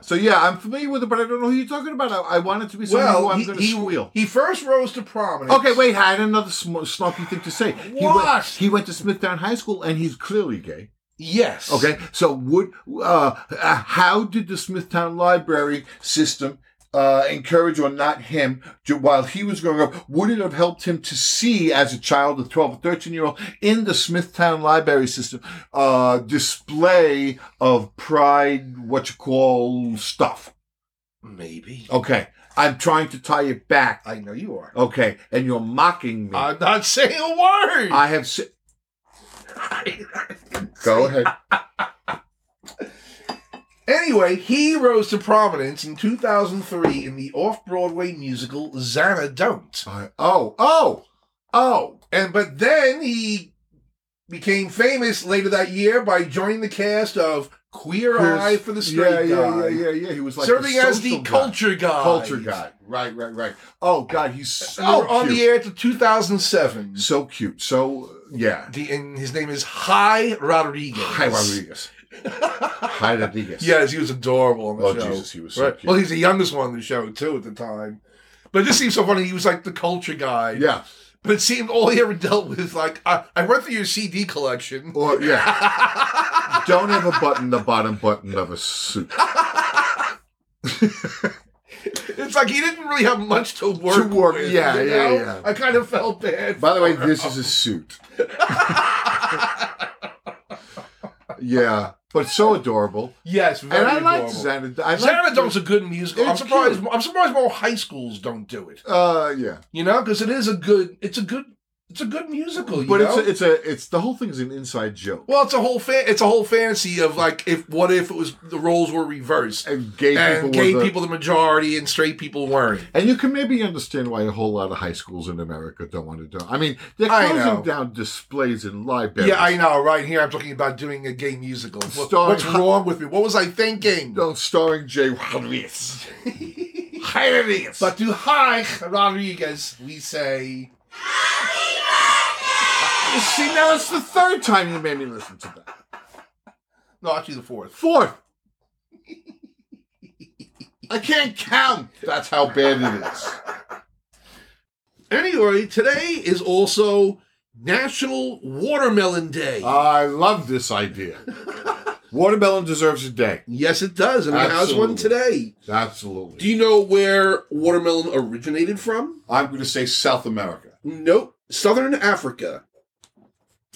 S2: so yeah, I'm familiar with it, but I don't know who you're talking about. I, I want it to be someone who I'm
S1: he,
S2: going to
S1: he-
S2: squeal.
S1: he first rose to prominence.
S2: okay, wait, I had another sm- snarky thing to say. He
S1: What?
S2: went, he went to Smithtown High School, and he's clearly gay.
S1: Yes.
S2: Okay, so would uh, uh, how did the Smithtown Library system? Uh, encourage or not him to, while he was growing up would it have helped him to see as a child a 12 or 13 year old in the smithtown library system uh display of pride what you call stuff
S1: Maybe.
S2: Okay. I'm trying to tie it back.
S1: I know you are.
S2: Okay. And you're mocking me.
S1: I'm not saying a word.
S2: I have. Se- Go ahead.
S1: Anyway, he rose to prominence in 2003 in the off-Broadway musical Xana Don't.
S2: I- oh, oh, oh.
S1: And but then he became famous later that year by joining the cast of Queer, Eye for the Straight
S2: yeah,
S1: Guy,
S2: Yeah, yeah, yeah, yeah. He was like
S1: serving as the
S2: social guy.
S1: culture guy.
S2: culture guy. Right, right, right. Oh God, he's so
S1: Oh, on the
S2: cute.
S1: air to 2007.
S2: So cute. So uh, yeah.
S1: The, and his name is Hi Rodriguez.
S2: Hi Rodriguez. Hi Rodriguez.
S1: Yes, he was adorable on the
S2: Oh
S1: show.
S2: Jesus, he was so
S1: Right.
S2: cute.
S1: Well, he's the youngest one on the show too at the time. But this seems so funny. He was like the culture guy.
S2: yeah.
S1: But it seemed all he ever dealt with is like I, I went through your CD collection.
S2: Or yeah. Don't have a button the bottom button of a suit.
S1: It's like he didn't really have much to work.
S2: To work,
S1: with,
S2: yeah,
S1: you
S2: yeah,
S1: know?
S2: yeah.
S1: I kind of felt bad.
S2: By the way,
S1: for
S2: this
S1: him.
S2: is a suit. Yeah, but so adorable.
S1: yes, very
S2: and I
S1: adorable.
S2: liked Xanadu. I liked
S1: Xanadon's a good musical. I'm
S2: It's
S1: surprised. I'm surprised more high schools don't do it.
S2: Uh, yeah.
S1: You know, because it is a good. It's a good It's a good musical, you
S2: But it's
S1: know?
S2: a, it's a it's the whole thing is an inside joke.
S1: well, it's a whole fan. It's a whole fantasy of like, if what if it was the roles were reversed
S2: And gay
S1: and
S2: people,
S1: gay
S2: were the-
S1: people the majority and straight people weren't.
S2: And you can maybe understand why a whole lot of high schools in America don't want to do. I mean, they're
S1: I
S2: closing
S1: know.
S2: down displays in libraries.
S1: Yeah, I know. Right here, I'm talking about doing a gay musical. What-
S2: Starring-
S1: What's wrong with me? What was I thinking?
S2: No, starring Jay Rodriguez. Rodriguez.
S1: But to hi Rodriguez, we say
S2: see, now it's the third time you made me listen to that.
S1: no, actually the fourth.
S2: Fourth. I can't count. That's how bad it is.
S1: Anyway, today is also National Watermelon Day.
S2: I love this idea. Watermelon deserves a day.
S1: yes, it does, and it has one
S2: Absolutely.
S1: today. Do
S2: Absolutely.
S1: you know where watermelon originated from?
S2: I'm going to say South America.
S1: Nope, Southern Africa.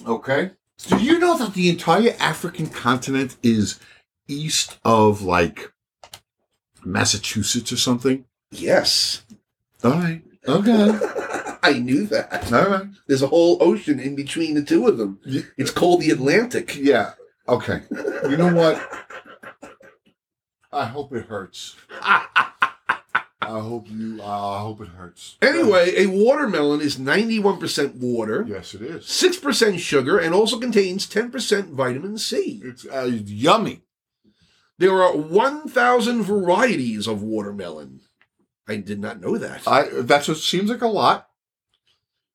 S2: Okay. Do you know that the entire African continent is east of like Massachusetts or something?
S1: Yes,
S2: All right. Okay.
S1: I knew that.
S2: All right.
S1: There's a whole ocean in between the two of them.
S2: Ye-
S1: It's called the Atlantic.
S2: Yeah. Okay. You know what? I hope it hurts. I hope you. uh, I hope it hurts.
S1: Anyway, a watermelon is 91% water,
S2: Yes, it is.
S1: 6% sugar, and also contains 10% vitamin C.
S2: It's uh, yummy.
S1: There are 1,000 varieties of watermelon. I did not know that.
S2: I. That's what seems like a lot.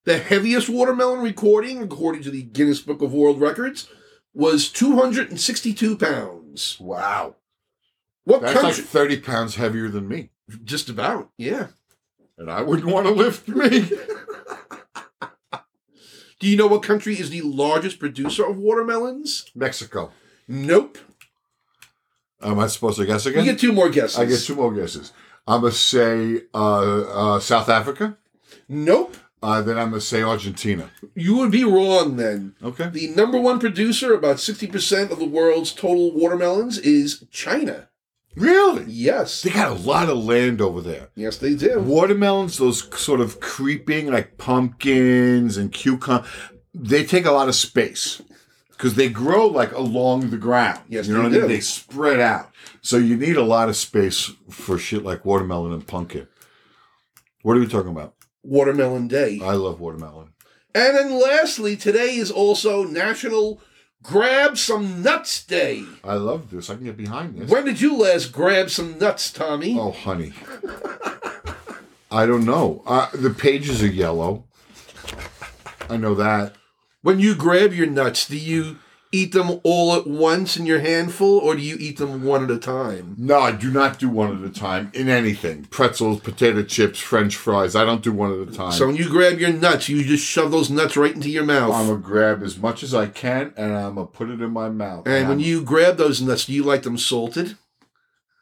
S1: the heaviest watermelon recording, according to the Guinness Book of World Records, was 262 pounds.
S2: Wow.
S1: What
S2: That's like
S1: country?
S2: thirty pounds heavier than me,
S1: Just about, yeah.
S2: and I wouldn't want to lift me.
S1: Do you know what country is the largest producer of watermelons?
S2: Mexico.
S1: Nope.
S2: Am I supposed to guess
S1: You
S2: again?
S1: get two more guesses.
S2: I get two more guesses. I'm gonna say uh, uh, South Africa.
S1: Nope.
S2: Uh, then I'm gonna say Argentina.
S1: You would be wrong then.
S2: Okay.
S1: The number one producer, about 60% of the world's total watermelons, is China.
S2: Really?
S1: Yes.
S2: They got a lot of land over there.
S1: Yes, they do.
S2: Watermelons, those sort of creeping like pumpkins and cucumber, they take a lot of space because they grow like along the ground.
S1: Yes,
S2: you know
S1: they
S2: what I mean.
S1: do.
S2: They spread out, so you need a lot of space for shit like watermelon and pumpkin. What are we talking about?
S1: Watermelon Day.
S2: I love watermelon.
S1: And then lastly, today is also National Grab Some Nuts Day.
S2: I love this. I can get behind this.
S1: When did you last grab some nuts, Tommy?
S2: Oh, honey. I don't know. Uh, the pages are yellow. I know that.
S1: When you grab your nuts, do you eat them all at once in your handful or do you eat them one at a time?
S2: No, I do not do one at a time in anything. Pretzels, potato chips, french fries. I don't do one at a time.
S1: So when you grab your nuts, you just shove those nuts right into your mouth.
S2: I'm going to grab as much as I can and I'm going to put it in my mouth.
S1: and when
S2: I'm-
S1: you grab those nuts, do you like them salted?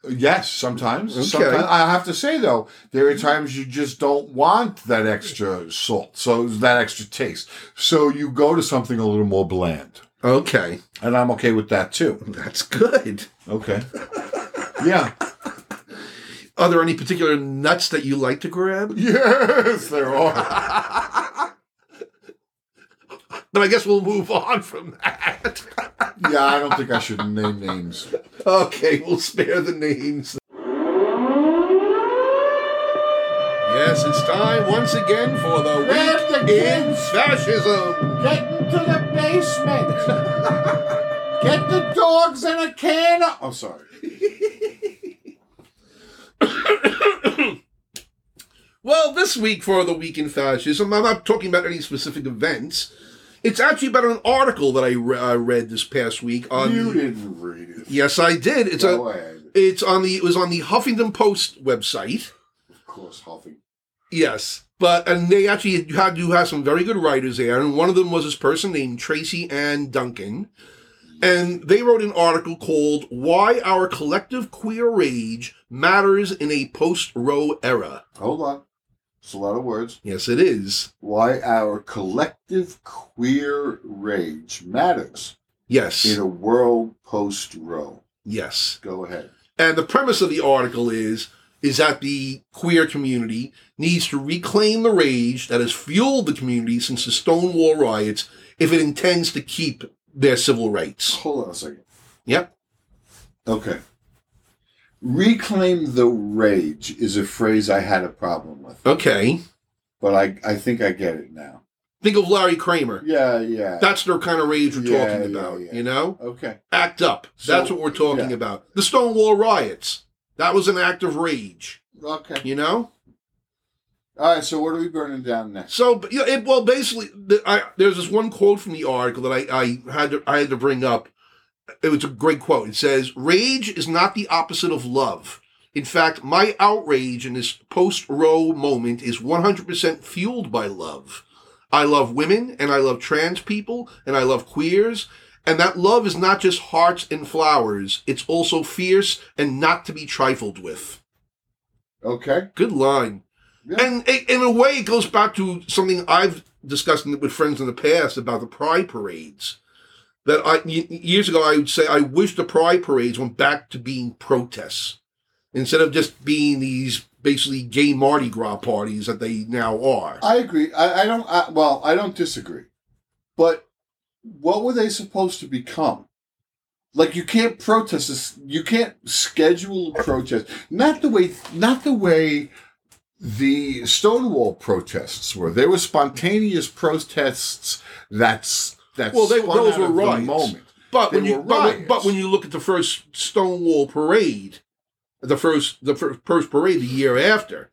S2: Yes, sometimes.
S1: Okay.
S2: Sometimes I have to say though, there are times you just don't want that extra salt, so that extra taste. So you go to something a little more bland.
S1: Okay,
S2: And I'm okay with that too.
S1: that's good.
S2: Okay. Yeah.
S1: Are there any particular nuts that you like to grab?
S2: Yes, there are.
S1: But I guess we'll move on from that.
S2: Yeah, I don't think I should name names.
S1: okay, we'll spare the names. Yes, it's time once again for the
S2: Grab the
S1: Week in
S2: kids.
S1: Fascism.
S2: Get into the basement. Get the dogs in a can. Of- oh, sorry.
S1: Well, this week for the Week in Fascism, I'm not talking about any specific events. It's actually about an article that I re- uh, read this past week on.
S2: You didn't read it.
S1: yes, I did. It's a.
S2: Go ahead.
S1: It's on the. It was on the Huffington Post website.
S2: Of course, Huffy.
S1: Yes, but and they actually had do have some very good writers there, and one of them was this person named Tracy Ann Duncan, and they wrote an article called "Why Our Collective Queer Rage Matters in a Post-Roe Era."
S2: Hold on. It's a lot of words.
S1: Yes, it is.
S2: Why our collective queer rage matters
S1: Yes,
S2: in a world post row.
S1: yes.
S2: Go ahead.
S1: And the premise of the article is is that the queer community needs to reclaim the rage that has fueled the community since the Stonewall riots if it intends to keep their civil rights.
S2: Hold on a second.
S1: Yep.
S2: Okay. Reclaim the rage is a phrase I had a problem with,
S1: Okay.
S2: but I, I think I get it now.
S1: Think of Larry Kramer.
S2: Yeah, yeah.
S1: That's the kind of rage we're
S2: Yeah,
S1: talking
S2: yeah,
S1: about,
S2: yeah.
S1: you know?
S2: okay.
S1: Act up.
S2: So-
S1: That's what we're talking
S2: yeah.
S1: about. The Stonewall riots. That was an act of rage,
S2: Okay.
S1: you know?
S2: All right, so what are we burning down next?
S1: So, but, yeah, it, well, basically, the, I, there's this one quote from the article that I, I had to, I had to bring up. It was a great quote. It says, "Rage is not the opposite of love. In fact, my outrage in this post-Roe moment is 100% fueled by love. I love women, and I love trans people, and I love queers." And that love is not just hearts and flowers, it's also fierce and not to be trifled with.
S2: Okay.
S1: Good line.
S2: Yeah.
S1: And i- in a way, it goes back to something I've discussed with friends in the past about the pride parades. That I y- years ago, I would say I wish the pride parades went back to being protests instead of just being these basically gay Mardi Gras parties that they now are.
S2: I agree. I, I don't. I, well, I don't disagree. But what were they supposed to become? Like you can't protest. This, you can't schedule a protest. Not the way. Not the way the Stonewall protests were. They were spontaneous protests. That's that's
S1: Well, they- those were
S2: right.
S1: riots.
S2: moment.
S1: But
S2: They
S1: when you
S2: were
S1: but, when-
S2: riots.
S1: but when you look at the first Stonewall parade, the first the fir- first parade the year after,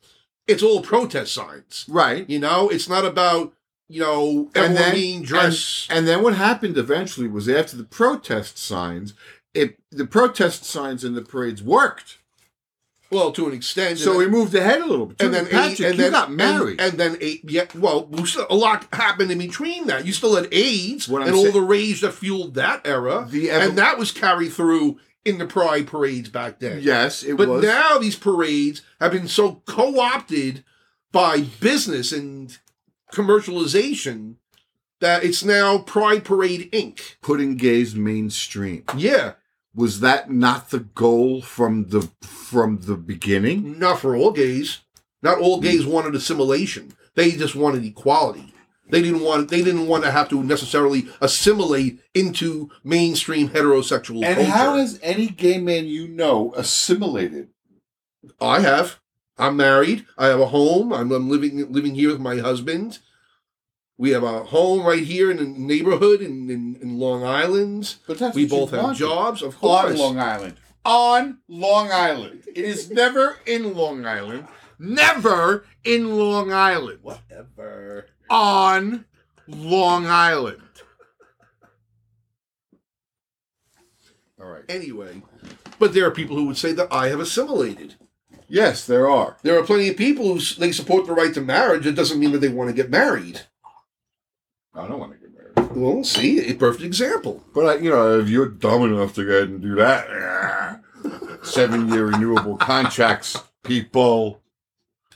S1: it's all protest signs.
S2: Right.
S1: You know, it's not about you know
S2: And
S1: everyone
S2: then-
S1: being dressed.
S2: And then what happened eventually was after the protest signs, it the protest signs and the parades worked.
S1: Well, to an extent.
S2: So we moved ahead a little bit.
S1: and then
S2: Patrick,
S1: eight, and
S2: you
S1: then,
S2: got married.
S1: and, and then eight. Yeah, well, we still- a lot happened in between that. You still had AIDS
S2: What I'm
S1: and all
S2: saying-
S1: the rage that fueled that era,
S2: the evo-
S1: and that was carried through in the pride parades back then.
S2: yes, it
S1: but
S2: was.
S1: now these parades have been so co-opted by business and commercialization that it's now Pride Parade Inc.
S2: putting gays mainstream
S1: Yeah,
S2: was that not the goal from the from the beginning?
S1: not for all gays. Not all
S2: Hmm.
S1: gays wanted assimilation. They just wanted equality. They didn't want. They didn't want to have to necessarily assimilate into mainstream heterosexual
S2: And
S1: culture.
S2: how has any gay man you know assimilated?
S1: I have. I'm married. I have a home. I'm, I'm living living here with my husband. We have a home right here in the neighborhood in, in, in Long Island.
S2: But that's
S1: We
S2: what you
S1: both have
S2: wanted.
S1: jobs, of
S2: on
S1: course.
S2: Long Island. On Long Island. It is never in Long Island. Never in Long Island.
S1: Whatever.
S2: On Long Island. All right.
S1: Anyway, but there are people who would say that I have assimilated.
S2: Yes, there are.
S1: There are plenty of people who s- they support the right to marriage. It doesn't mean that they want to get married.
S2: I don't want to get married.
S1: Well, see, a perfect example.
S2: But, I, you know, if you're dumb enough to go ahead and do that, seven year renewable contracts, people.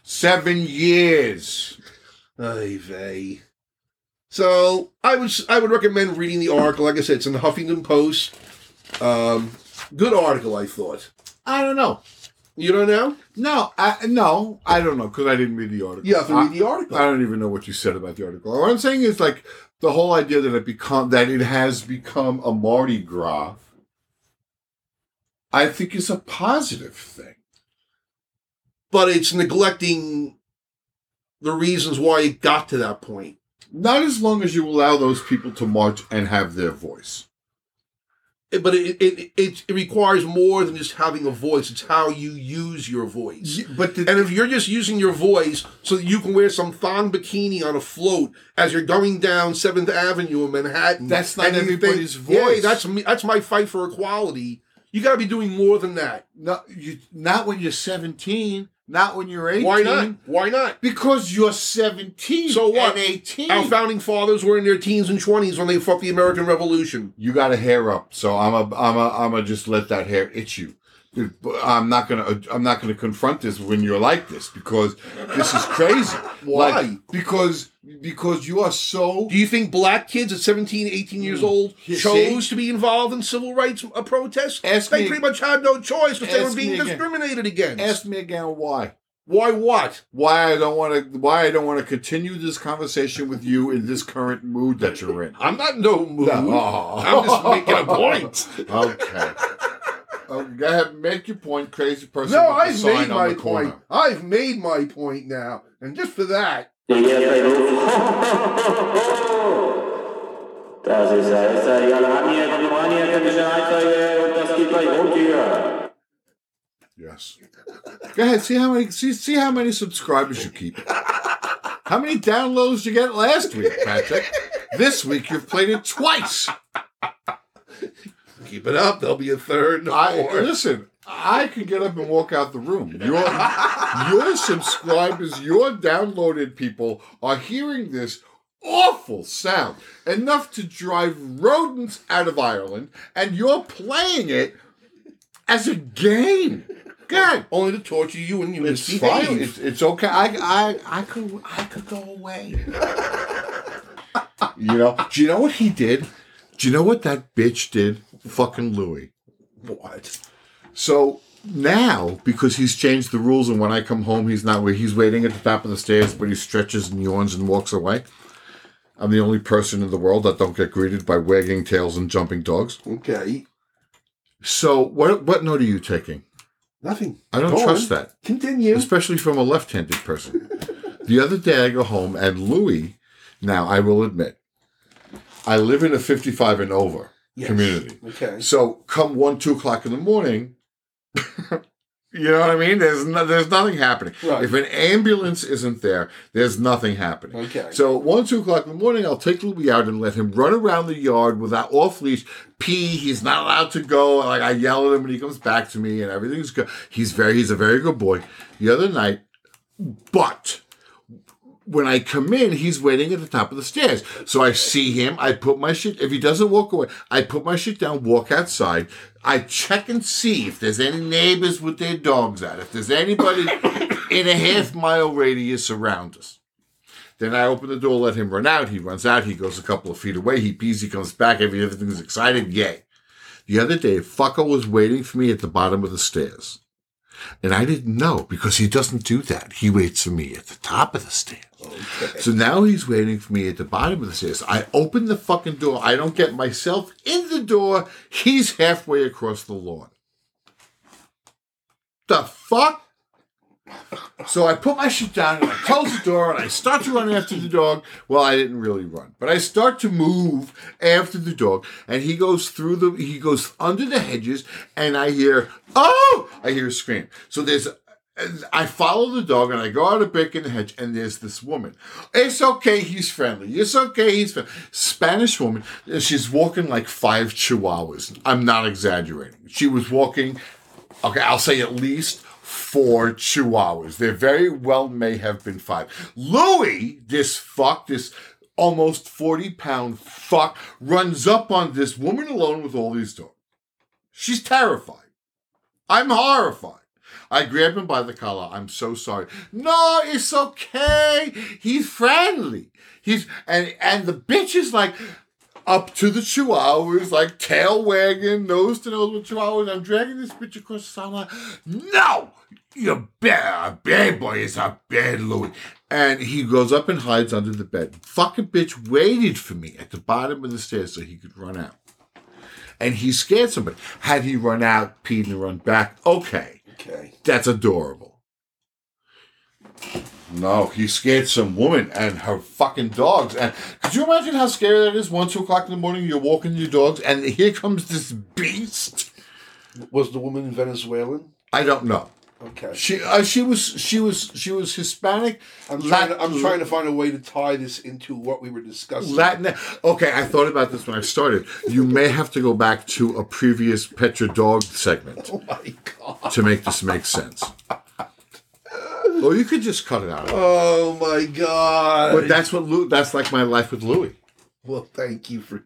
S2: Seven years.
S1: Ay vey. So I would s- I would recommend reading the article. Like I said, it's in the Huffington Post. Um, good article, I thought.
S2: I don't know.
S1: You don't know?
S2: No, I no, I don't know because I didn't read the article.
S1: You have to
S2: I,
S1: read the article.
S2: I don't even know what you said about the article. What I'm saying is like the whole idea that it become that it has become a Mardi Gras. I think is a positive thing.
S1: but it's neglecting the reasons why it got to that point.
S2: Not as long as you allow those people to march and have their voice.
S1: It- but it, it it it requires more than just having a voice. It's how you use your voice.
S2: But the,
S1: And if you're just using your voice so that you can wear some thong bikini on a float as you're going down Seventh Avenue in Manhattan,
S2: That's not
S1: and you
S2: everybody's
S1: Yeah,
S2: voice."
S1: that's me. That's my fight for equality. You got to be doing more than that.
S2: no, you, not when you're 17. Not when you're 18.
S1: Why not? Why not?
S2: Because you're 17.
S1: So what?
S2: And 18.
S1: Our founding fathers were in their teens and twenties when they fought the American Revolution.
S2: you got a hair up, so I'm a I'm a I'm a just let that hair itch you. I'm not gonna uh, I'm not gonna confront this when you're like this because this is crazy.
S3: Why?
S2: Like, because because you are so
S1: Do you think black kids at 17, 18 years
S2: Mm.
S1: old
S2: Yeah,
S1: chose to be involved in civil rights uh, protests?
S2: Ask
S1: they
S2: me-
S1: pretty much had no choice because they were
S2: Ask
S1: being
S2: me again.
S1: discriminated against.
S2: ask me again why.
S1: Why what?
S2: Why I don't wanna why I don't wanna continue this conversation with you in this current mood that you're in.
S1: I'm not in no mood.
S2: Oh.
S1: I'm just making a point.
S2: Okay. okay. Go ahead, make your point, crazy person.
S1: No,
S2: with the
S1: I've
S2: sign
S1: made
S2: on
S1: my
S2: the corner.
S1: point. I've made my point now. And just for that,
S4: Das ist ja, ist ja, die alle haben hier, die machen hier, können sich einsteigen und das geht gleich rund hier.
S2: Yes. Go ahead. See how many. See, see how many subscribers you keep. How many downloads you get last week, Patrick? this week you've played it twice.
S1: keep it up. There'll be a third and a
S2: I
S1: fourth.
S2: listen. I can get up and walk out the room. Your your subscribers, your downloaded people are hearing this awful sound enough to drive rodents out of Ireland, and you're playing it as a game. God,
S1: Only to torture you when you
S2: Oh, It's fine. It's,
S1: misbehave.
S2: it's okay. I, I I could I could go away. you know. Do you know what he did? Do you know what that bitch did? Fucking Louis.
S1: What?
S2: So now, because he's changed the rules, and when I come home, he's not where he's waiting at the top of the stairs, but he stretches and yawns and walks away. I'm the only person in the world that don't get greeted by wagging tails and jumping dogs.
S1: Okay.
S2: So what what note are you taking?
S1: Nothing.
S2: I don't
S1: Go
S2: trust
S1: on.
S2: that.
S1: Continue.
S2: especially from a left-handed person. the other day I go home and Louis, now I will admit, I live in a 55 and over
S1: Yes.
S2: community.
S1: Okay.
S2: So come one, two o'clock in the morning, you know what I mean? There's no, there's nothing happening.
S1: Right.
S2: If an ambulance isn't there, there's nothing happening.
S1: Okay.
S2: So at one, two o'clock in the morning, I'll take Louis out and let him run around the yard without off leash, pee. He's not allowed to go. Like I yell at him and he comes back to me and everything's good. He's very he's a very good boy. The other night, but when I come in, he's waiting at the top of the stairs. So I see him. I put my shit. If he doesn't walk away, I put my shit down, walk outside. I check and see if there's any neighbors with their dogs out. If there's anybody in a half mile radius around us. Then I open the door, let him run out. He runs out. He goes a couple of feet away. He pees. He comes back. Everything's excited. Yay. The other day, fucker was waiting for me at the bottom of the stairs. And I didn't know because he doesn't do that. He waits for me at the top of the stairs. So now he's waiting for me at the bottom of the stairs. I open the fucking door. I don't get myself in the door. He's halfway across the lawn. The fuck? So I put my shit down and I close the door and I start to run after the dog. Well, I didn't really run, but I start to move after the dog, and he goes through the he goes under the hedges, and I hear oh, I hear a scream. So there's. and I follow the dog and I go out a break in the hedge, and there's this woman. It's okay, he's friendly. It's okay, he's friendly. Spanish woman. and She's walking like five chihuahuas. I'm not exaggerating. She was walking Okay, I'll say at least four chihuahuas. There very well may have been five. Louis, this fuck, this almost 40 pound fuck, runs up on this woman alone with all these dogs. She's terrified. I'm horrified. I grab him by the collar. I'm so sorry. No, it's okay. He's friendly. He's and and the bitch is like up to the chihuahuas, like tail wagging, nose to nose with chihuahuas. I'm dragging this bitch across the sideline. No, you're bad. A bad boy is a bad Louis. And he goes up and hides under the bed. Fucking bitch waited for me at the bottom of the stairs so he could run out and he scared somebody. Had he run out, peed, and run back, okay,
S1: Okay.
S2: that's adorable. No, he scared some woman and her fucking dogs. And could you imagine how scary that is? One, two o'clock in the morning, you're walking your dogs, and here comes this beast.
S1: Was the woman Venezuelan?
S2: I don't know.
S1: Okay.
S2: She uh, she was she was she was Hispanic.
S1: I'm trying, to,
S2: Lat-
S1: I'm trying to find a way to tie this into what we were discussing.
S2: Latin. Okay, I thought about this when I started. You may have to go back to a previous pet your dog segment.
S1: oh my god.
S2: to make this make sense. Or you could just cut it out.
S1: Oh my god.
S2: But that's what Lou. That's like my life with Louis.
S1: well, thank you for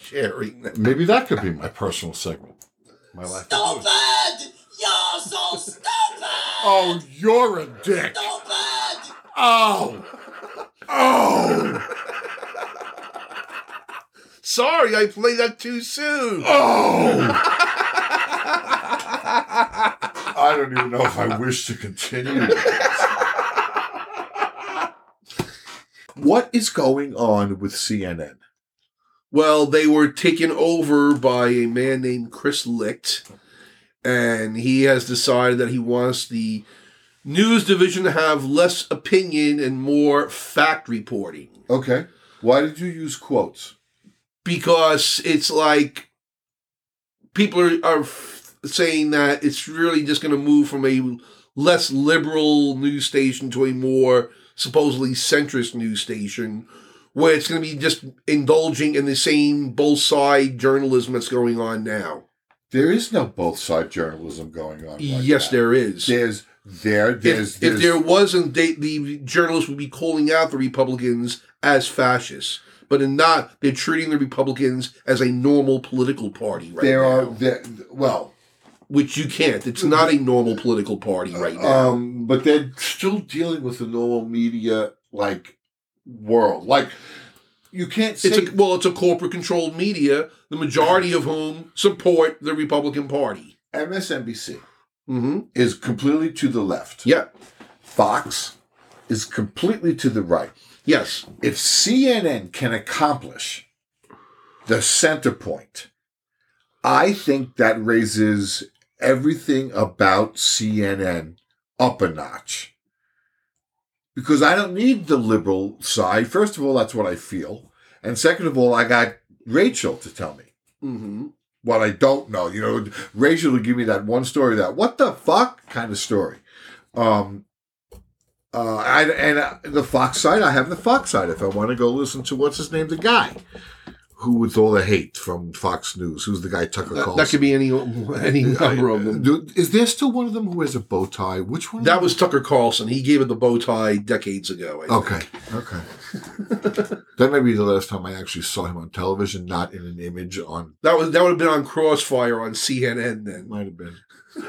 S1: sharing that.
S2: Maybe that could be my personal segment. My life. With Louis.
S5: Stupid! Yo,
S2: Oh, you're a dick.
S3: So bad.
S2: Oh. Oh.
S1: Sorry, I played that too soon.
S2: Oh. I don't even know if I wish to continue. what is going on with CNN?
S1: Well, they were taken over by a man named Chris Licht, and he has decided that he wants the news division to have less opinion and more fact reporting
S2: Okay. Why did you use quotes?
S1: because it's like people are, are f- saying that it's really just going to move from a less liberal news station to a more supposedly centrist news station where it's going to be just indulging in the same both side journalism that's going on now.
S2: There is no both side journalism going on. like
S1: yes,
S2: that.
S1: there is.
S2: There's there there's
S1: if,
S2: there's
S1: if there wasn't, they, the journalists would be calling out the Republicans as fascists, but in not, they're treating the Republicans as a normal political party right
S2: there
S1: now.
S2: are there, well
S1: which you can't. It's not a normal political party right now.
S2: um but they're still dealing with the normal media like world like you can't say
S1: it's a, well, it's a corporate controlled media, the majority of whom support the Republican Party.
S2: MSNBC
S1: Mm-hmm.
S2: is completely to the left.
S1: Yeah.
S2: Fox is completely to the right.
S1: Yes.
S2: If CNN can accomplish the center point, I think that raises everything about CNN up a notch. Because I don't need the liberal side. First of all, that's what I feel. And second of all, I got Rachel to tell me
S1: Mm-hmm.
S2: what I don't know. You know, Rachel will give me that one story that what the fuck kind of story. Um, uh, I, and uh, the Fox side, I have the Fox side. If I want to go listen to what's his name, the guy who with all the hate from Fox News, who's the guy Tucker
S1: That,
S2: calls.
S1: that could be any any number of them.
S2: Do- Is there still one of them who has a bow tie? Which one?
S1: That was Tucker Carlson. He gave it the bow tie decades ago. I think.
S2: Okay. Okay. that may be the last time I actually saw him on television, not in an image on
S1: That was that would have been on Crossfire on CNN then.
S2: Might have been.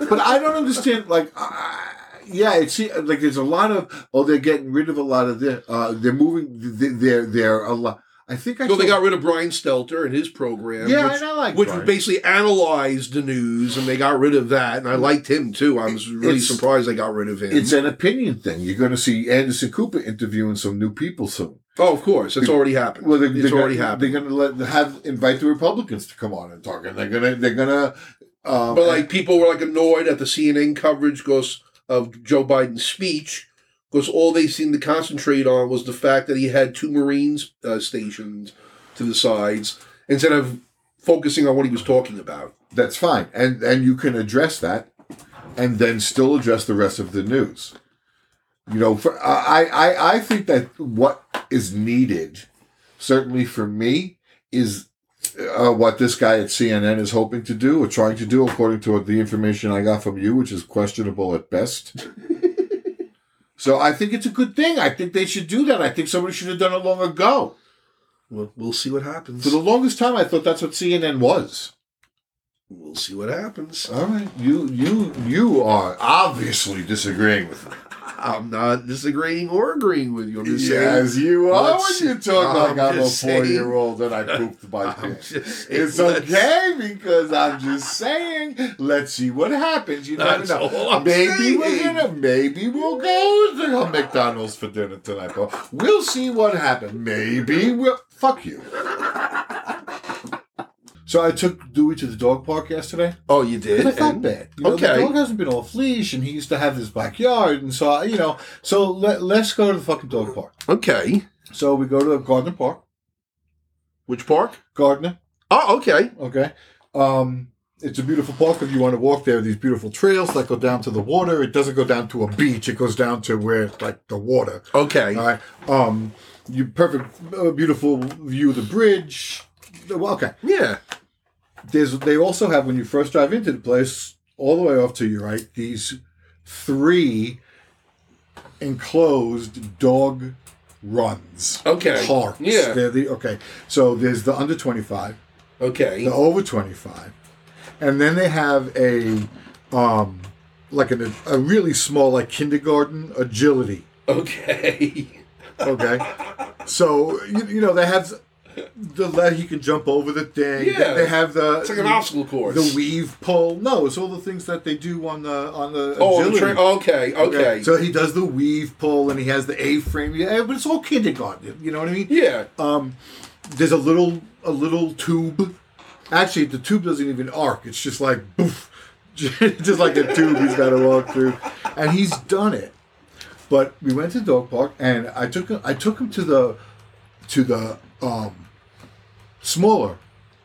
S2: But I don't understand. Like, uh, yeah, it's like there's a lot of oh, they're getting rid of a lot of this. Uh, they're moving. They're they're, they're a lot. I think I.
S1: So they
S2: saw-
S1: got rid of Brian Stelter and his program.
S2: Yeah,
S1: which,
S2: and I like
S1: which
S2: Brian.
S1: basically analyzed the news, and they got rid of that. And I liked him too. I was really
S2: It's-
S1: surprised they got rid of him.
S2: It's an opinion thing. You're going to see Anderson Cooper interviewing some new people soon.
S1: Oh, of course, it's already happened.
S2: Well, they're,
S1: it's
S2: they're
S1: already
S2: gonna,
S1: happened.
S2: They're going to let have invite the Republicans to come on and talk, and they're going to they're going to. Um,
S1: But like people were like annoyed at the CNN coverage because of Joe Biden's speech, because all they seemed to concentrate on was the fact that he had two Marines uh, stationed to the sides instead of focusing on what he was talking about.
S2: that's fine, and and you can address that, and then still address the rest of the news. You know, for I I I think that what is needed, certainly for me, is uh, what this guy at CNN is hoping to do or trying to do, according to the information I got from you, which is questionable at best. so I think it's a good thing. I think they should do that. I think somebody should have done it long ago.
S1: We'll, we'll see what happens.
S2: For the longest time, I thought that's what CNN was.
S1: We'll see what happens.
S2: All right, you you you are obviously disagreeing with me.
S1: I'm not disagreeing or agreeing with you. I'm just saying.
S2: you
S1: Let's- I'm just saying-
S2: old and I pooped my
S1: I'm just saying
S2: It's
S1: let's-
S2: okay because I'm just saying. Let's see what happens. You never
S1: That's all
S2: know.
S1: I'm
S2: Maybe we're
S1: saying.
S2: gonna. Maybe we'll go to McDonald's for dinner tonight. But we'll see what happens. Maybe we'll fuck you. So I took Dewey to the dog park yesterday.
S1: Oh, you did.
S2: Because I felt
S1: And-
S2: bad. You know,
S1: Okay.
S2: The dog hasn't been off leash, and he used to have his backyard, and so you know. So let, let's go to the fucking dog park.
S1: Okay.
S2: So we go to Gardner Park,
S1: Which park?
S2: Gardner.
S1: Oh, okay.
S2: Okay. Um, it's a beautiful park if you want to walk there. These beautiful trails that go down to the water. It doesn't go down to a beach. It goes down to where like the water.
S1: Okay.
S2: All right. Um, you perfect, uh, beautiful view of the bridge. Well, okay.
S1: yeah.
S2: there's they also have when you first drive into the place all the way off to your right these three enclosed dog runs
S1: Okay.
S2: parks
S1: Yeah.
S2: they're the okay so there's the under 25
S1: Okay.
S2: the over 25 and then they have a um like an, a really small, like kindergarten agility.
S1: Okay.
S2: Okay, so you, you know they have the let he can jump over the thing.
S1: Yeah.
S2: they have the
S1: It's like an obstacle course.
S2: the weave pull. No, it's all the things that they do on the on the
S1: Oh, the
S2: agility.
S1: tra- okay, okay.
S2: So he does the weave pull and he has the A frame. Yeah, but it's all kindergarten. You know what I mean?
S1: yeah.
S2: Uh, There's a little a little tube. Actually, the tube doesn't even arc. It's just like boof, just like a tube he's got to walk through, and he's done it. But we went to dog park, and I took him. I took him to the to the um, smaller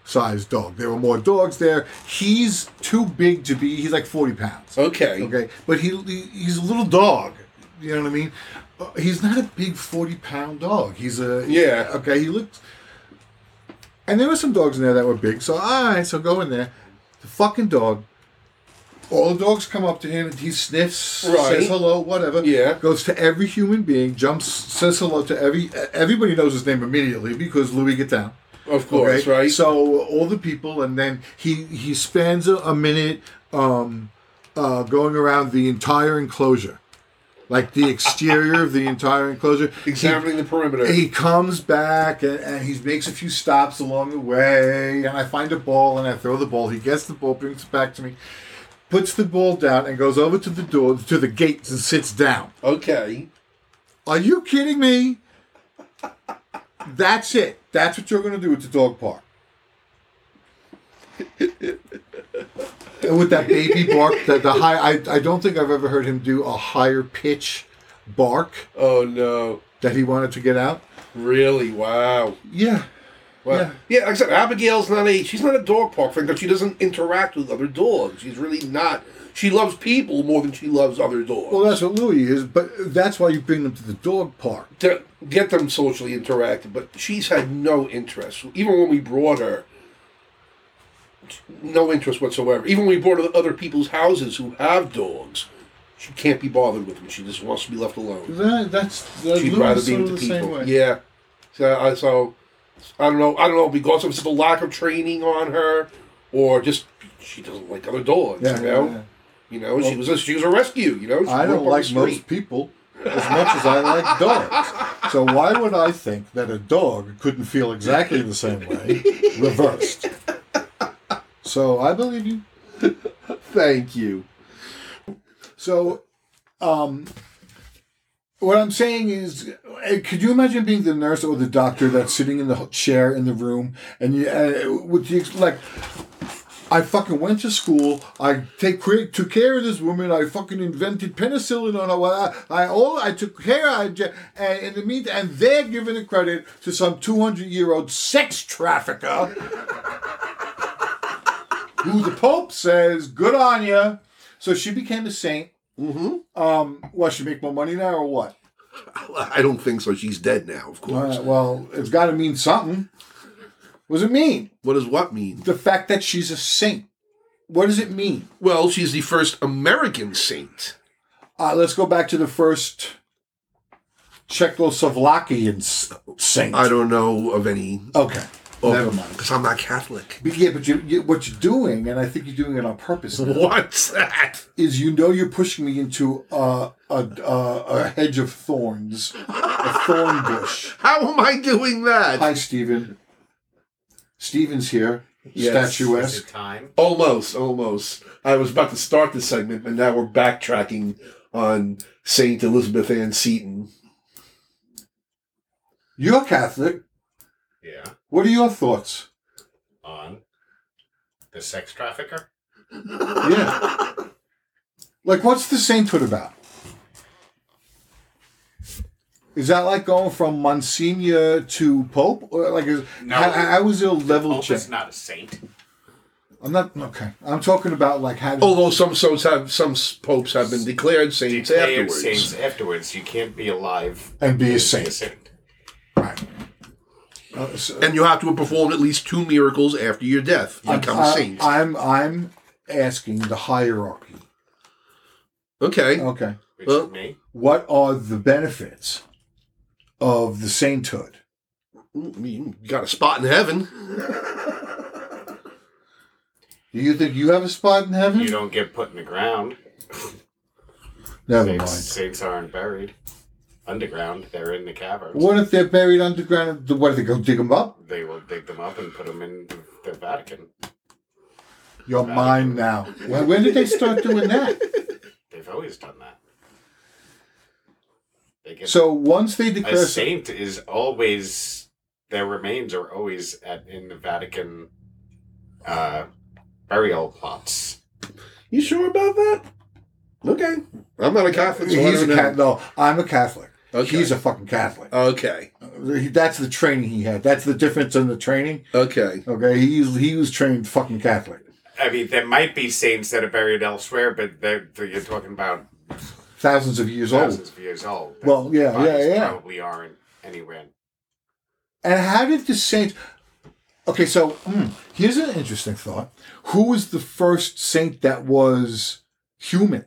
S2: sized dog. There were more dogs there. He's too big to be. He's like forty pounds.
S1: okay.
S2: Okay, but he, he he's a little dog. You know what I mean? Uh, He's not a big forty pound dog. He's a
S1: Yeah.
S2: Okay, he looked. And there were some dogs in there that were big. So all right, so go in there. The fucking dog. All the dogs come up to him and he sniffs,
S1: Right.
S2: says hello, whatever.
S1: Yeah.
S2: Goes to every human being, jumps, says hello to every. Everybody knows his name immediately because Louis get down.
S1: Of course,
S2: Okay?
S1: right?
S2: So all the people, and then he he spends a, a minute um, uh, going around the entire enclosure, like the exterior of the entire enclosure.
S1: Examining the perimeter.
S2: He comes back and, and he makes a few stops along the way, and I find a ball and I throw the ball. He gets the ball, brings it back to me, puts the ball down, and goes over to the door to the gates and sits down.
S1: okay.
S2: Are you kidding me? That's it. That's what you're going to do at the dog park. and with that baby bark, that the high, I, I don't think I've ever heard him do a higher pitch bark
S1: Oh, no.
S2: that he wanted to get out.
S1: Really? Wow.
S2: Yeah.
S1: Wow.
S2: Yeah.
S1: Yeah. like I said, Abigail's not a she's not a dog park thing because she doesn't interact with other dogs. She's really not. She loves people more than she loves other dogs.
S2: Well, that's what Louis is, but that's why you bring them to the dog park.
S1: to get them socially interactive, but she's had no interest. Even when we brought her, no interest whatsoever. Even when we brought her to other people's houses who have dogs, she can't be bothered with them. She just wants to be left alone.
S2: That, that's that
S1: She'd
S2: Louis
S1: rather
S2: is
S1: be
S2: sort
S1: with
S2: of
S1: the
S2: the same
S1: people.
S2: way.
S1: Yeah. So I so I don't know. I don't know because of the lack of training on her, or just she doesn't like other dogs.
S2: Yeah,
S1: you
S2: yeah,
S1: know.
S2: yeah.
S1: You know, she was a, she was a rescue. You know, She
S2: I
S1: grew
S2: don't
S1: up on the
S2: like most
S1: street.
S2: people as much as I like dogs. So why would I think that a dog couldn't feel exactly the same way reversed? So I believe you.
S1: Thank you.
S2: So um what I'm saying is, eh, could you imagine being the nurse or the doctor that's sitting in the ho- chair in the room and you, uh, with the ex- like, I fucking went to school. I take care, took care of this woman. I fucking invented penicillin on her. I, I all I took care. I j- and in the meantime, and they're giving the credit to some two hundred year old sex trafficker, who the Pope says good on you. So she became a saint. Mm-hmm. Um, well, she make more money now or what?
S1: I don't think so. She's dead now, of
S2: All
S1: course.
S2: right, well, it's got to mean something. What does it mean?
S1: What does what mean?
S2: The fact that she's a saint. What does it mean?
S1: Well, she's the first American saint.
S2: Uh, let's go back to the first Czechoslovakian s- saint.
S1: I don't Oh. know of any.
S2: okay, never mind.
S1: Because I'm not Catholic.
S2: But yeah, but you, you, what you're doing, and I think you're doing it on purpose, now,
S1: What's that?
S2: is you know you're pushing me into uh, a, a, a hedge of thorns, a thorn bush.
S1: How am I doing that?
S2: Hi, Stephen. Stephen's here,
S1: Yes.
S3: Is
S2: statuesque.
S3: it time?
S1: almost, almost. I was about to start this segment, but now we're backtracking on Saint Elizabeth Ann Seton.
S2: You're Catholic.
S3: Yeah.
S2: What are your thoughts?
S3: On the sex trafficker?
S2: Yeah. Like, what's the sainthood about? Is that like going from Monsignor to Pope? Or like, is,
S3: No.
S2: how, how is there a level
S3: Pope is
S2: change?
S3: not a saint.
S2: I'm not okay. I'm talking about like how.
S1: Although some sots have, some s- popes have been declared saints
S3: Declared
S1: afterwards.
S3: saints afterwards. You can't be alive
S2: And be a
S3: and
S2: saint. Right. Uh, so-
S1: And you have to have performed at least two miracles after your death to become a
S2: I-
S1: saint.
S2: uh, I'm I'm asking the hierarchy.
S1: okay.
S2: Okay.
S3: Which
S1: Well-
S3: is me.
S2: what are the benefits of the sainthood?
S1: You got a spot in heaven.
S2: Do you think you have a spot in heaven?
S3: You don't get put in the ground.
S2: Never
S3: Saints,
S2: mind.
S3: saints aren't buried underground. They're in the caverns.
S2: What if they're buried underground? What if they go dig them up?
S3: They will dig them up and put them in the Vatican.
S2: You're mine now. When, when did they start doing that?
S3: They've always done that. They get
S2: So once they
S3: a
S2: declare,
S3: saint is always their remains are always at in the Vatican uh, burial plots.
S5: You sure about that? Okay. I'm not a Catholic, so
S2: he's
S5: I
S2: a
S5: don't know.
S2: Catholic. No, I'm a Catholic.
S5: Okay.
S2: He's a fucking Catholic. Uh,
S5: okay.
S2: He- That's the training he had. That's the difference in the training.
S5: Okay.
S2: Okay, he's he was trained fucking Catholic.
S3: I mean, there might be saints that are buried elsewhere, but they're, they're- you're talking about
S2: thousands of years old.
S3: thousands of years old. Their
S2: Well, yeah, yeah,
S3: bodies
S2: yeah.
S3: Probably aren't anywhere.
S2: And how did the saint? Okay, so hmm, here's an interesting thought. Who was the first saint that was human?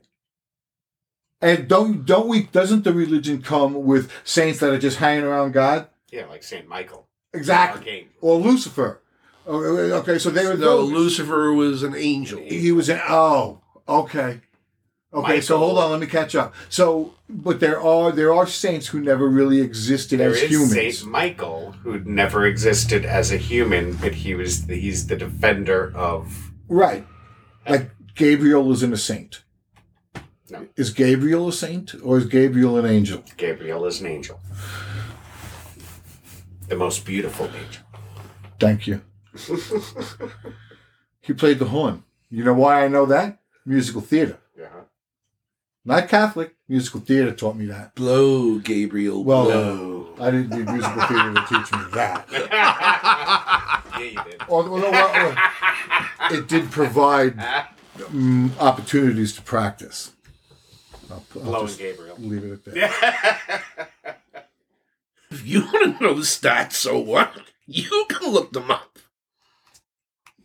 S2: And don't don't we doesn't the religion come with saints that are just hanging around God?
S3: Yeah, like Saint Michael.
S2: Exactly.
S3: Archangel.
S2: Or Lucifer. Oh, Okay, so they were
S1: No,
S2: those.
S1: Lucifer was an angel.
S2: He was an oh, okay, okay. So
S3: Michael.
S2: hold on, let me catch up. So, but there are there are saints who never really existed
S3: There
S2: as
S3: is
S2: humans.
S3: Saint Michael, who never existed as a human, but he was the, he's the defender of.
S2: Right. Like Gabriel isn't a saint.
S3: No.
S2: Is Gabriel a saint or is Gabriel an angel?
S3: Gabriel is an angel, the most beautiful angel.
S2: Thank you. he played the horn. You know why I know that? Musical theater.
S3: Yeah.
S2: Not Catholic. Musical theater taught me that.
S5: Blow, Gabriel.
S2: Well,
S5: blow.
S2: I didn't need musical theater to teach me that.
S3: yeah, you did.
S2: Although, well, well, well, it did provide mm, opportunities to practice. I'll, I'll
S3: Blowing
S2: just
S3: Gabriel.
S2: leave it at that.
S1: If you want to know the stats, so what? You can look them up.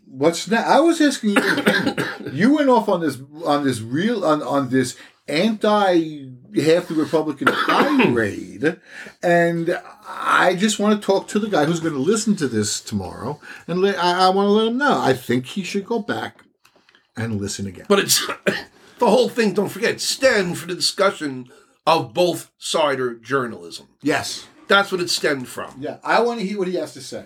S2: What's now? I was asking you. your opinion. you went off on this on this real on on this anti half the Republican tirade, and I just want to talk to the guy who's going to listen to this tomorrow, and let, I, I want to let him know. I think he should go back and listen again.
S1: But it's the whole thing, don't forget, stemmed from the discussion of both sider journalism.
S2: yes,
S1: That's what it stemmed from.
S2: yeah, I want to hear what he has to say.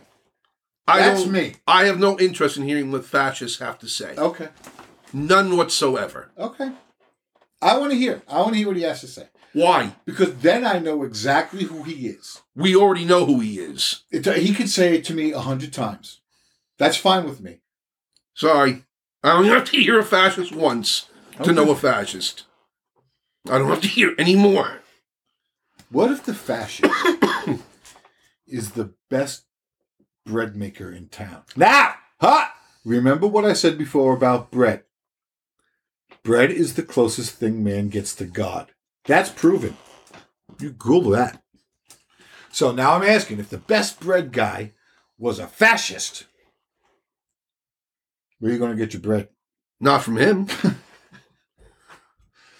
S1: I
S2: That's
S1: don't-
S2: me.
S1: I have no interest in hearing what fascists have to say.
S2: Okay,
S1: None whatsoever.
S2: okay. I want to hear. I want to hear what he has to say
S1: Why?
S2: because then I know exactly who he is.
S1: We already know who he is.
S2: It, he could say it to me a hundred times. That's fine with me.
S1: Sorry. I only have to hear a fascist once to
S2: Okay.
S1: know a fascist. I don't have to hear any more.
S2: What if the fascist is the best bread maker in town? Now, huh? Remember what I said before about bread. Bread is the closest thing man gets to God. That's proven. You Google that. So now I'm asking if the best bread guy was a fascist, where are you going to get your bread?
S1: Not from him.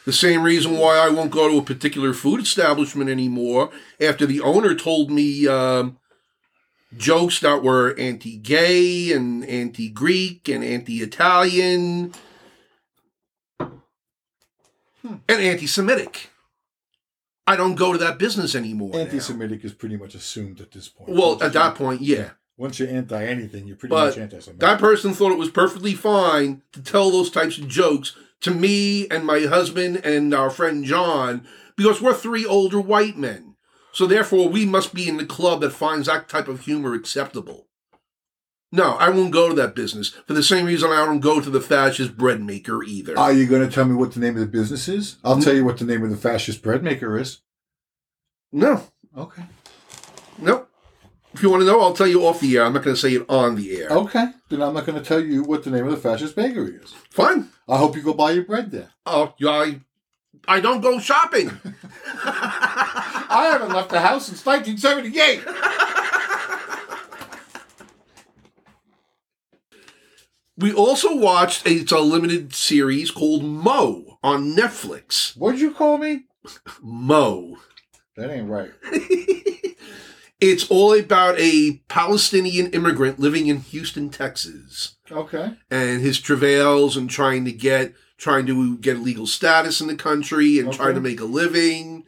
S1: the same reason why I won't go to a particular food establishment anymore after the owner told me um, jokes that were anti gay and anti Greek and anti Italian and anti Semitic. I don't go to that business anymore. now.
S2: Anti Semitic is pretty much assumed at this point.
S1: Well, at that point, yeah.
S2: Once you're anti anything, you're pretty
S1: But
S2: much anti Semitic.
S1: That person thought it was perfectly fine to tell those types of jokes to me and my husband and our friend John because we're three older white men. So therefore, we must be in the club that finds that type of humor acceptable. No, I won't go to that business for the same reason I don't go to the fascist bread maker either.
S2: Are you going to tell me what the name of the business is? I'll tell you what the name of the fascist bread maker is.
S1: no,
S2: Okay.
S1: no. If you want to know, I'll tell you off the air. I'm not going to say it on the air.
S2: Okay. Then I'm not going to tell you what the name of the fascist bakery is.
S1: Fine.
S2: I hope you go buy your bread there.
S1: Oh, I, I don't go shopping.
S2: I haven't left the house since 1978.
S1: We also watched it's a limited series called Mo on Netflix.
S2: What'd you call me?
S1: Mo.
S2: That ain't right.
S1: It's all about a Palestinian immigrant living in Houston, Texas,
S2: Okay.
S1: and his travails and trying to get trying to get legal status in the country and trying to
S2: Okay.
S1: make a living.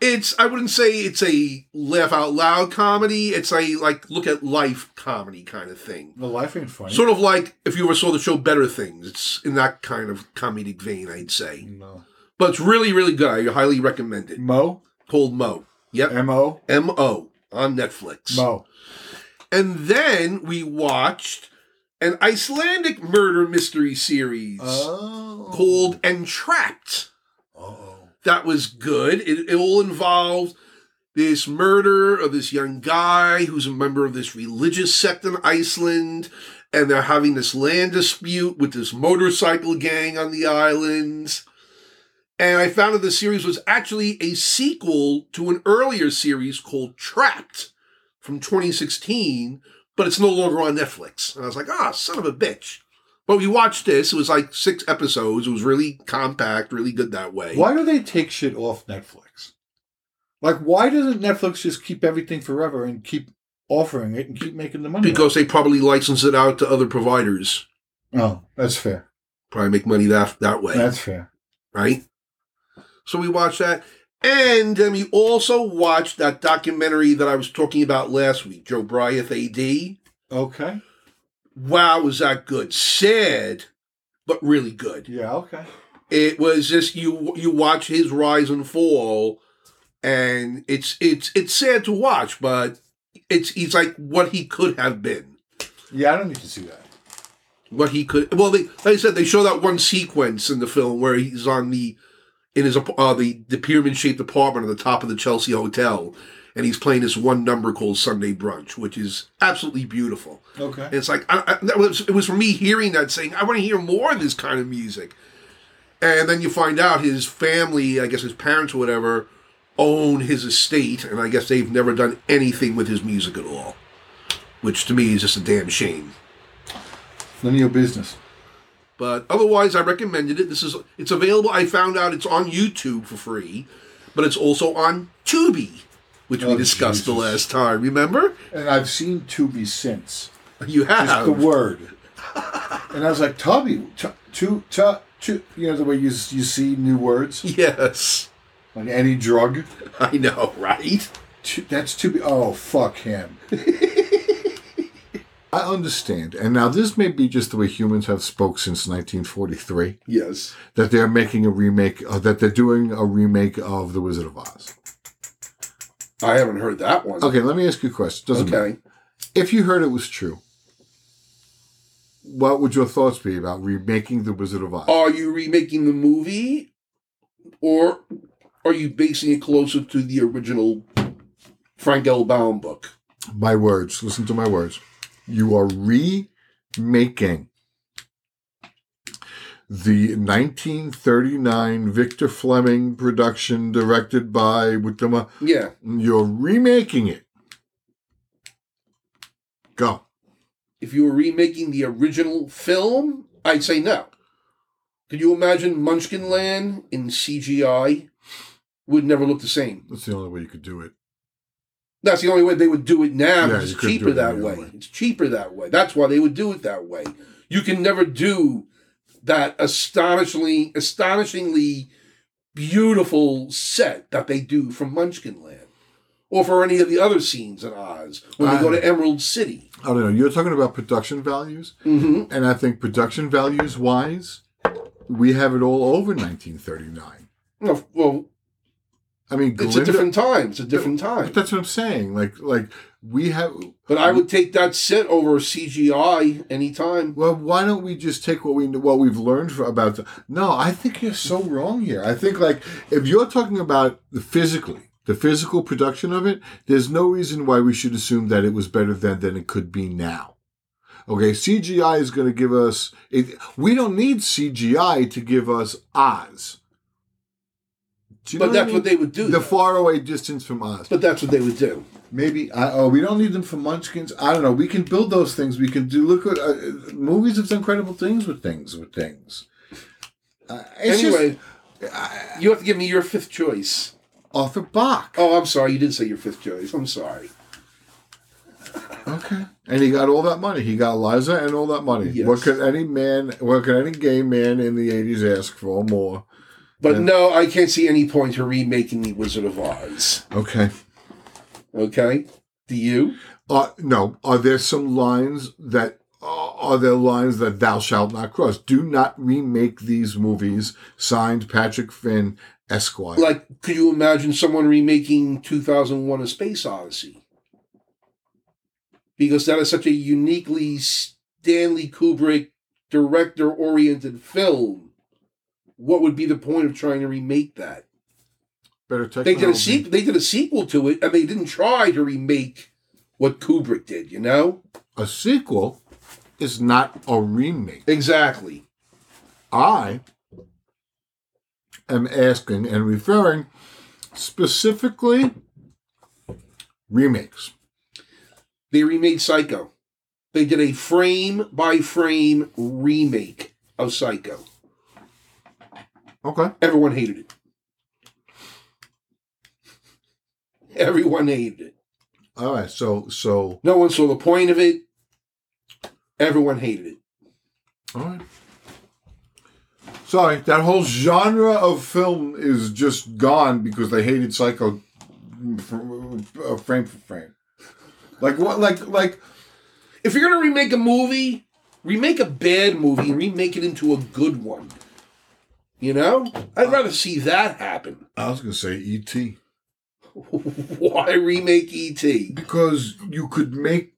S1: It's I wouldn't say it's a laugh out loud comedy. It's a like look at life comedy kind of thing.
S2: The life ain't funny.
S1: Sort of like if you ever saw the show Better Things. It's in that kind of comedic vein, I'd say.
S2: no.
S1: But it's really, really good. I highly recommend it.
S2: Mo?
S1: Called Mo. Yep.
S2: M O?
S1: M O on Netflix.
S2: Mo.
S1: And then we watched an Icelandic murder mystery series
S2: Oh.
S1: called Entrapped.
S2: Oh.
S1: That was good. It, it all involved this murder of this young guy who's a member of this religious sect in Iceland, and they're having this land dispute with this motorcycle gang on the islands. And I found that the series was actually a sequel to an earlier series called Trapped from 2016, but it's no longer on Netflix. And I was like, ah, son of a bitch. But we watched this. It was like six episodes. It was really compact, really good that way.
S2: Why do they take shit off Netflix? Like, why doesn't Netflix just keep everything forever and keep offering it and keep making the money?
S1: Because they probably license it out to other providers.
S2: oh, that's fair.
S1: Probably make money that that way,
S2: That's fair.
S1: right? So we watched that, and then we also watched that documentary that I was talking about last week, Joe Bryant AD.
S2: Okay.
S1: Wow, was that good? Sad, but really good.
S2: Yeah. Okay.
S1: It was just you you watch his rise and fall, and it's it's it's sad to watch, but it's he's like what he could have been.
S2: Yeah, I don't need to see that.
S1: what he could. Well, they, like I said, they show that one sequence in the film where he's on the in his ap- uh, the the pyramid shaped apartment on the top of the Chelsea hotel, and he's playing this one number called Sunday Brunch, which is absolutely beautiful.
S2: Okay.
S1: And it's like I, I, that was it was for me hearing that saying I want to hear more of this kind of music, and then you find out his family, I guess his parents or whatever, own his estate, and I guess they've never done anything with his music at all, which to me is just a damn shame.
S2: None of your business.
S1: But otherwise, I recommended it. This is it's available. I found out it's on YouTube for free, but it's also on Tubi, which we
S2: Oh,
S1: discussed the
S2: Jesus.
S1: last time. Remember?
S2: And I've seen Tubi since.
S1: You
S2: Just
S1: have
S2: the word. and I was like, Tubby, tu, tu, tu, tu. You know the way you you see new words,
S1: Yes,
S2: like any drug.
S1: I know, right?
S2: Tu- That's Tubi. Oh, fuck him. I understand, and now this may be just the way humans have spoke since 1943
S1: Yes.
S2: that they're making a remake, uh, that they're doing a remake of The Wizard of Oz.
S1: I haven't heard that one.
S2: Okay, let me ask you a question. Doesn't matter.
S1: Okay.
S2: If you heard it was true, what would your thoughts be about remaking The Wizard of Oz?
S1: Are you remaking the movie, or are you basing it closer to the original Frank L. Baum book?
S2: My words. Listen to my words. You are remaking the 1939 Victor Fleming production directed by Witema.
S1: Yeah.
S2: You're remaking it. Go.
S1: if you were remaking the original film, I'd say no. Could you imagine Munchkin Land in CGI? Would never look the same.
S2: That's the only way you could do it.
S1: That's the only way they would do it now.
S2: Yeah,
S1: because
S2: you
S1: it's
S2: couldn't do
S1: cheaper
S2: it any
S1: that
S2: other
S1: way.
S2: way.
S1: It's cheaper that way. That's why they would do it that way. You can never do that astonishingly, astonishingly beautiful set that they do from Munchkin Land, or for any of the other scenes in Oz when they go
S2: I-
S1: to Emerald City.
S2: I don't know. You're talking about production values,
S1: hmm
S2: and I think production values wise, we have it all over 1939.
S1: well,
S2: I mean,
S1: it's
S2: Glinda,
S1: a different time. It's a different time.
S2: But that's what I'm saying. Like, like we have.
S1: But I would take that set over CGI anytime.
S2: Well, why don't we just take what we what we've learned for, about? The, no, I think you're so wrong here. I think like if you're talking about the physically, the physical production of it, there's no reason why we should assume that it was better then than it could be now. Okay, CGI is going to give us. It, we don't need CGI to give us Oz. Do you know
S1: But
S2: I
S1: that's
S2: mean?
S1: what they would do.
S2: The
S1: though.
S2: faraway distance from Oz.
S1: But that's what they would do.
S2: Maybe I, oh we don't need them for Munchkins. I don't know. We can build those things. We can do look what uh, movies have done incredible things with things with things. Uh, it's
S1: anyway,
S2: just
S1: you have to give me your fifth choice.
S2: Arthur Bach.
S1: Oh, I'm sorry. You did say your fifth choice. I'm sorry.
S2: Okay. And he got all that money. He got Liza and all that money.
S1: Yes.
S2: What could any man, what could any gay man in the 80s ask for more?
S1: But
S2: Yeah.
S1: no, I can't see any point to remaking The Wizard of Oz.
S2: Okay.
S1: Okay? Do you?
S2: Uh, no. Are there some lines that, uh, are there lines that thou shalt not cross? Do not remake these movies. Signed Patrick Finn, Esquire.
S1: Like, could you imagine someone remaking 2001 A Space Odyssey? Because that is such a uniquely Stanley Kubrick director oriented film. What would be the point of trying to remake that?
S2: Better technology.
S1: they did a sequel. They did a sequel to it, and they didn't try to remake what Kubrick did. You know
S2: A sequel is not a remake.
S1: exactly.
S2: I am asking and referring specifically remakes.
S1: They remade Psycho. They did a frame by frame remake of Psycho.
S2: Okay.
S1: Everyone hated it. Everyone hated it.
S2: All right. So so
S1: No one saw the point of it. Everyone hated it.
S2: all right. Sorry, that whole genre of film is just gone because they hated Psycho from- uh, frame for frame. Like what? Like like
S1: If you're gonna remake a movie, remake a bad movie and remake it into a good one. You know, I'd rather see that happen.
S2: I was gonna say E E.T.
S1: Why remake E ET?
S2: because you could make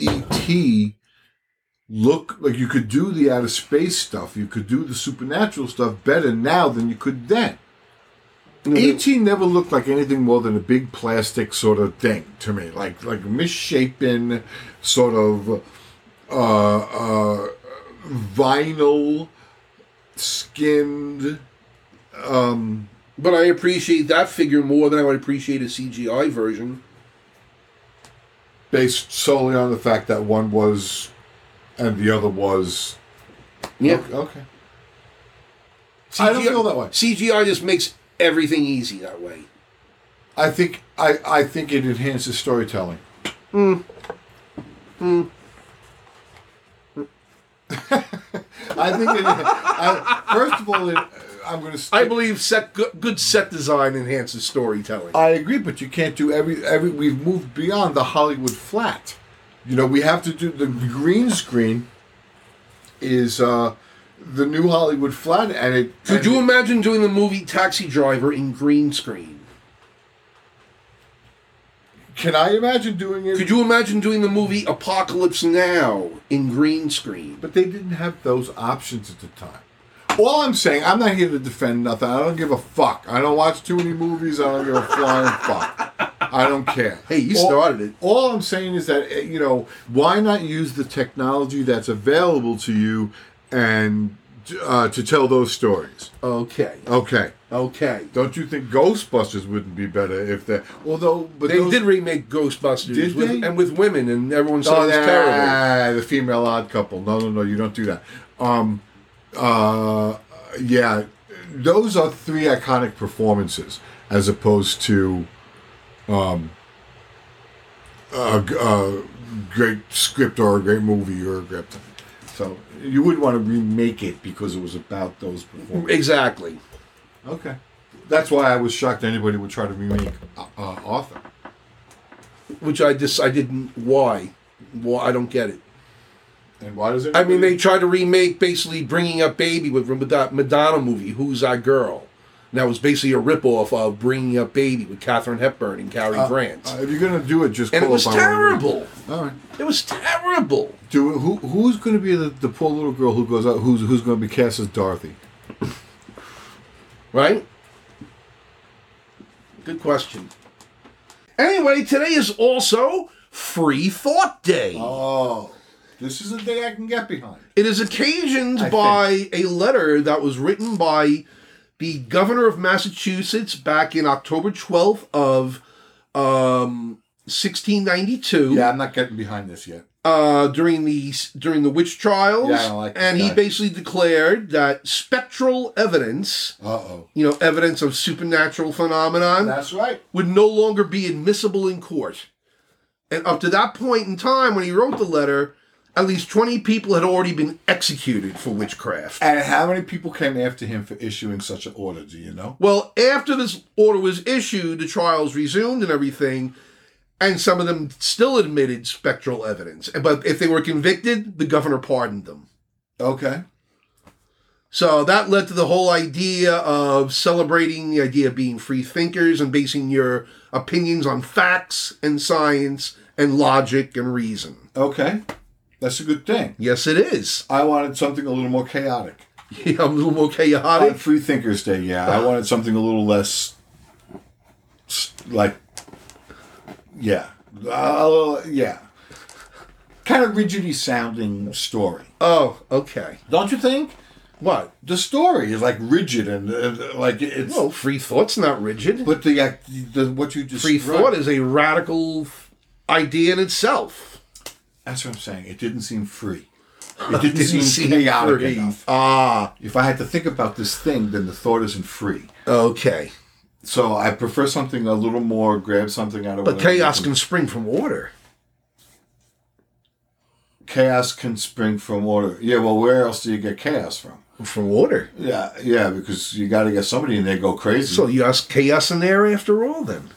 S2: ET look like you could do the outer space stuff, you could do the supernatural stuff better now than you could then. ET never looked like anything more than a big plastic sort of thing to me, like like misshapen sort of uh, uh, vinyl skinned. Um,
S1: But I appreciate that figure more than I would appreciate a CGI version.
S2: based solely on the fact that one was and the other was
S1: Yeah,
S2: okay. I don't feel that way.
S1: CGI just makes everything easy that way.
S2: I think I, I think it enhances storytelling. Hmm. Hmm. I think it. I, first of all, it, I'm going to.
S1: I believe set good, good set design enhances storytelling.
S2: I agree, but you can't do every every. We've moved beyond the Hollywood flat. You know, we have to do the green screen. Is uh, the new Hollywood flat, and it.
S1: Could
S2: and
S1: you
S2: it-
S1: imagine doing the movie Taxi Driver in green screen?
S2: Can I imagine doing it?
S1: Could you imagine doing the movie Apocalypse Now in green screen?
S2: But they didn't have those options at the time. All I'm saying, I'm not here to defend nothing. I don't give a fuck. I don't watch too many movies. I don't give a flying fuck. I don't care.
S1: Hey, you
S2: All-
S1: started it.
S2: All I'm saying is that eh, you know why not use the technology that's available to you and uh, to tell those stories.
S1: Okay,
S2: Okay,
S1: okay.
S2: don't you think Ghostbusters wouldn't be better if they? Although, but
S1: They
S2: those-
S1: did remake Ghostbusters
S2: Did
S1: with,
S2: they?
S1: and with women, and everyone said
S2: Oh,
S1: it was
S2: nah,
S1: terrible.
S2: Ah, The female odd couple. No, no, no. You don't do that. Um, uh, yeah, those are three iconic performances as opposed to, um, a, g- a great script or a great movie or a great. thing. So you would want to remake it because it was about those performances.
S1: Exactly.
S2: Okay, that's why I was shocked anybody would try to remake uh, uh, Arthur.
S1: which I just I didn't why why I don't get it.
S2: And why does it?
S1: I mean, they tried to remake basically bringing up Baby with with that Madonna movie Who's That Girl, and that was basically a ripoff of Bringing Up Baby with Katharine Hepburn and Cary Grant,
S2: Uh, if you're gonna do it, just
S1: and it
S2: call
S1: was
S2: upon one of the-
S1: terrible.
S2: All right.
S1: It was terrible.
S2: Do who who's going to be the, the poor little girl who goes out who's who's going to be cast as Dorothy?
S1: Right? Good question. Anyway, today is also Free Thought Day.
S2: Oh, this is a day I can get behind.
S1: It is occasioned
S2: I
S1: by a letter that was written by the governor of Massachusetts back in October 12th of um, 1692
S2: Yeah, I'm not getting behind this yet.
S1: uh, during the during the witch trials
S2: Yeah, I don't like this
S1: and he
S2: guy.
S1: basically declared that spectral evidence
S2: Uh oh,
S1: you know evidence of supernatural phenomenon
S2: that's right.
S1: would no longer be admissible in court And up to that point in time when he wrote the letter, at least 20 people had already been executed for witchcraft.
S2: And how many people came after him for issuing such an order? Do you know?
S1: Well, after this order was issued, the trials resumed and everything, and some of them still admitted spectral evidence. But if they were convicted, the governor pardoned them.
S2: Okay.
S1: So that led to the whole idea of celebrating the idea of being free thinkers and basing your opinions on facts and science and logic and reason.
S2: Okay. That's a good thing.
S1: Yes, it is.
S2: I wanted something a little more chaotic.
S1: Yeah, I'm a little more
S2: On
S1: chaotic.
S2: Free Thinkers Day, yeah,
S1: Uh-huh.
S2: I wanted something a little less, like, yeah, a little, yeah, kind of rigidy sounding story.
S1: Oh, okay.
S2: Don't you think?
S1: What?
S2: The story is like rigid and uh, like it's,
S1: Well, free thought's not rigid.
S2: but the, act- the what you just
S1: Free thought is a radical idea in itself.
S2: That's what I'm saying. It didn't seem free. It didn't, seem,
S1: free.
S2: chaotic enough.
S1: Ah,
S2: If I had to think about this thing, then the thought isn't free.
S1: okay.
S2: So I prefer something a little more. Grab something out of.
S1: But
S2: whatever you
S1: chaos
S2: can
S1: can spring from order.
S2: chaos can spring from order. Yeah, well, where else do you get chaos from?
S1: From order.
S2: Yeah, yeah, because you got to get somebody in there go crazy.
S1: So you ask chaos in there after all, then.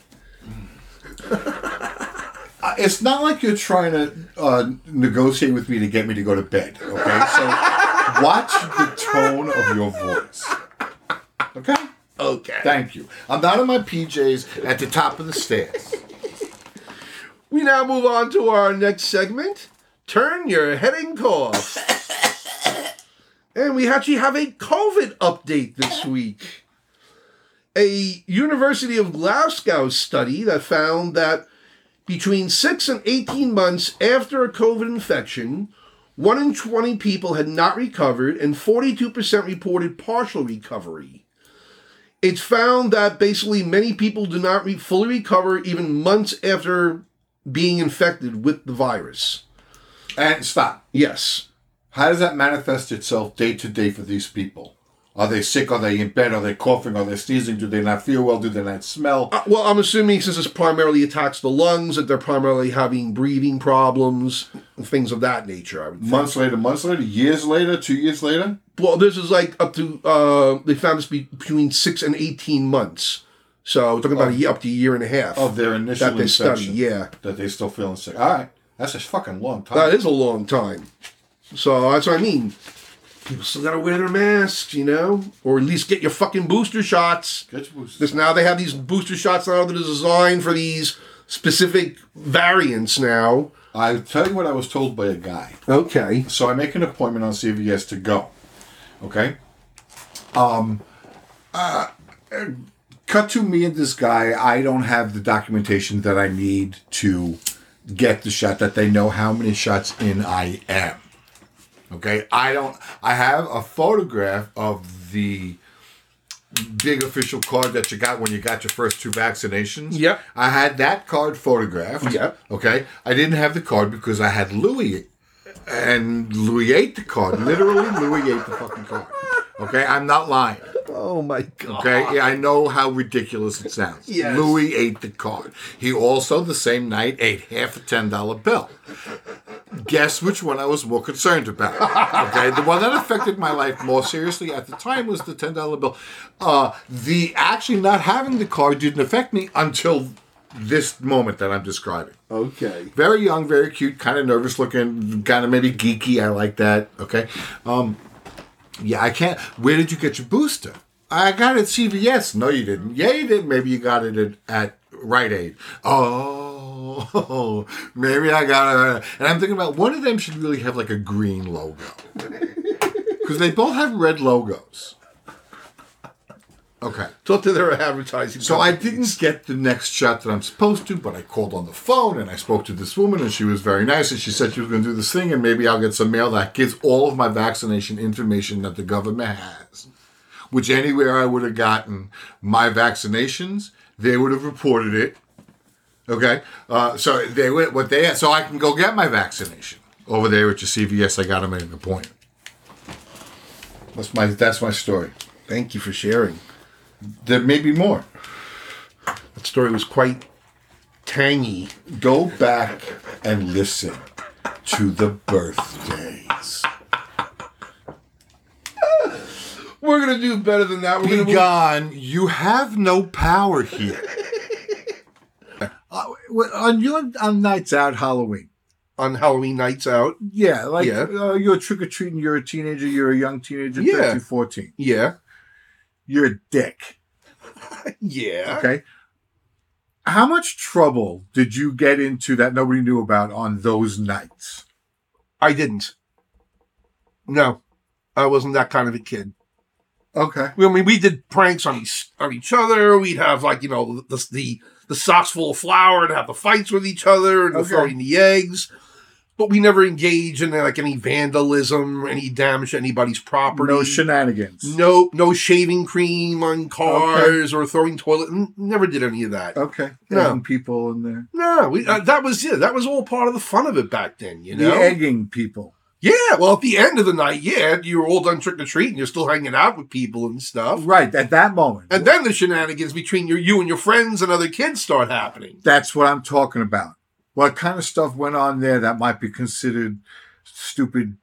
S2: Uh, it's not like you're trying to uh, negotiate with me to get me to go to bed. Okay, so watch the tone of your voice. Okay,
S1: Okay.
S2: thank you. I'm not in my PJs at the top of the stairs.
S1: We now move on to our next segment. Turn your head and cough. and we actually have a COVID update this week. A University of Glasgow study that found that between 6 and 18 months after a COVID infection, 1 in 20 people had not recovered and 42% reported partial recovery it's found that basically many people do not re- fully recover even months after being infected with the virus.
S2: And stop.
S1: Yes.
S2: How does that manifest itself day to day for these people? Are they sick? Are they in bed? Are they coughing? Are they sneezing? Do they not feel well? Do they not smell?
S1: Uh, well, I'm assuming since this primarily attacks the lungs, that they're primarily having breathing problems, things of that nature. I would think.
S2: Months later, months later, years later, two years later.
S1: Well, this is like up to, uh, they found this be- between six and 18 months. So we're talking about a year, up to a year and a half.
S2: of their initial
S1: that they
S2: infection.
S1: study, yeah. Uh,
S2: That they still feeling sick. All right, that's a fucking long time.
S1: That is a long time. So that's what I mean. People still gotta wear their masks, you know? Or at least get your fucking booster shots.
S2: Get your boosters.
S1: Because now they have these booster shots now that are designed for these specific variants now.
S2: I tell you what I was told by a guy.
S1: Okay.
S2: So I make an appointment on CVS to go. Okay. Um. Uh, cut to me and this guy. I don't have the documentation that I need to get the shot. That they know how many shots in I am. Okay. I don't. I have a photograph of the big official card that you got when you got your first two vaccinations.
S1: Yep.
S2: I had that card photographed.
S1: Yep.
S2: Okay. I didn't have the card because I had Louis and Louis ate the card. Literally, Louis ate the fucking card. Okay, I'm not lying.
S1: Oh my god.
S2: Okay, yeah, I know how ridiculous it sounds.
S1: Yes.
S2: Louis ate the card. He also the same night ate half a ten dollar bill. Guess which one I was more concerned about. Okay, the one that affected my life more seriously at the time was the ten dollar bill. Uh, the actually not having the card didn't affect me until this moment that I'm describing.
S1: Okay.
S2: Very young, very cute, kind of nervous looking, kind of maybe geeky. I like that. Okay. Um, yeah, I can't. Where did you get your booster? I got it at CVS. No, you didn't. Yeah, you did. Maybe you got it at, at Rite Aid. Oh, maybe I got it. And I'm thinking about one of them should really have like a green logo because they both have red logos. Okay.
S1: Talk to their advertising.
S2: So I
S1: company.
S2: didn't get the next shot that I'm supposed to, but I called on the phone and I spoke to this woman and she was very nice and she said she was going to do this thing and maybe I'll get some mail that gives all of my vaccination information that the government has. Which anywhere I would have gotten my vaccinations, they would have reported it. Okay, uh, so they would what they so I can go get my vaccination over there at your CVS. I got them at an appointment. That's my that's my story.
S1: Thank you for sharing.
S2: There may be more.
S1: That story was quite tangy.
S2: Go back and listen to the birthdays.
S1: We're gonna do better than that. We're gonna
S2: Be
S1: move-
S2: gone. You have no power here. Uh, on your on nights out, Halloween.
S1: on Halloween nights out.
S2: Yeah, like
S1: Yeah.
S2: Uh, you're trick or treating. You're a teenager. You're a young teenager,
S1: Yeah.
S2: 13, 14.
S1: Yeah.
S2: You're a dick.
S1: Yeah.
S2: Okay. How much trouble did you get into that nobody knew about on those nights?
S1: I didn't. No, I wasn't that kind of a kid.
S2: Okay.
S1: I mean, we did pranks on each on each other. We'd have like you know the the, the socks full of flour and have the fights with each other and the
S2: Okay.
S1: throwing the eggs. But we never engage in like any vandalism, any damage to anybody's property.
S2: No shenanigans.
S1: no, no shaving cream on cars or throwing toilet. n- Never did any of that.
S2: Okay.
S1: No.
S2: Egging people in there.
S1: No, we, uh, that was it. That was all part of the fun of it back then. You know,
S2: The egging people.
S1: Yeah, well, at the end of the night, yeah, you were all done trick or treating. You're still hanging out with people and stuff.
S2: Right. At that moment.
S1: And then the shenanigans between your, you and your friends and other kids start happening.
S2: That's what I'm talking about. What kind of stuff went on there that might be considered stupid,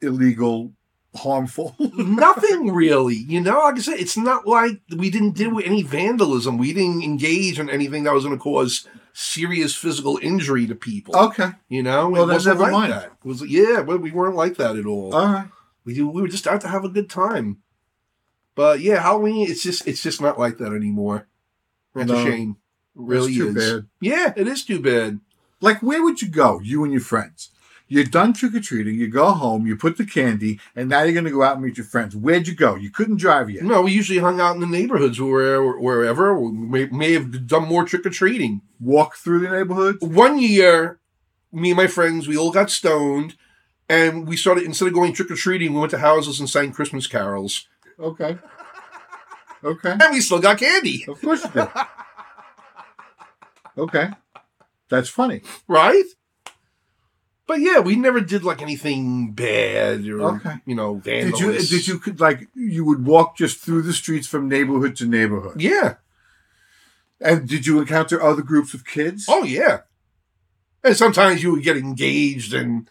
S2: illegal, harmful?
S1: Nothing really, you know. Like I said, it's not like we didn't deal with any vandalism. We didn't engage in anything that was going to cause serious physical injury to people.
S2: okay.
S1: You know,
S2: Oh. Well,
S1: it
S2: then
S1: wasn't like
S2: never mind. Oh.
S1: that. It was yeah, well, we weren't like that at all.
S2: All right.
S1: we do, we were just out to have a good time. But yeah, Halloween, it's just it's just not like that anymore. That's
S2: No.
S1: a shame. It really
S2: That's too
S1: is.
S2: bad.
S1: Yeah, it is too bad.
S2: Like, where would you go, you and your friends? You're done trick or treating, you go home, you put the candy, and now you're going to go out and meet your friends. Where'd you go? You couldn't drive yet.
S1: No, we usually hung out in the neighborhoods where wherever we may, may have done more trick or treating.
S2: Walk through the neighborhood.
S1: One year, me and my friends, we all got stoned, and we started instead of going trick or treating, we went to houses and sang Christmas carols,
S2: Okay. Okay.
S1: and we still got candy,
S2: Of course you did. Okay. That's funny.
S1: right? But yeah, we never did like anything bad or
S2: Okay.
S1: you know
S2: Did
S1: vandalous.
S2: you, did you, like, you would walk just through the streets from neighborhood to neighborhood?
S1: Yeah.
S2: And did you encounter other groups of kids?
S1: Oh yeah. And sometimes you would get engaged in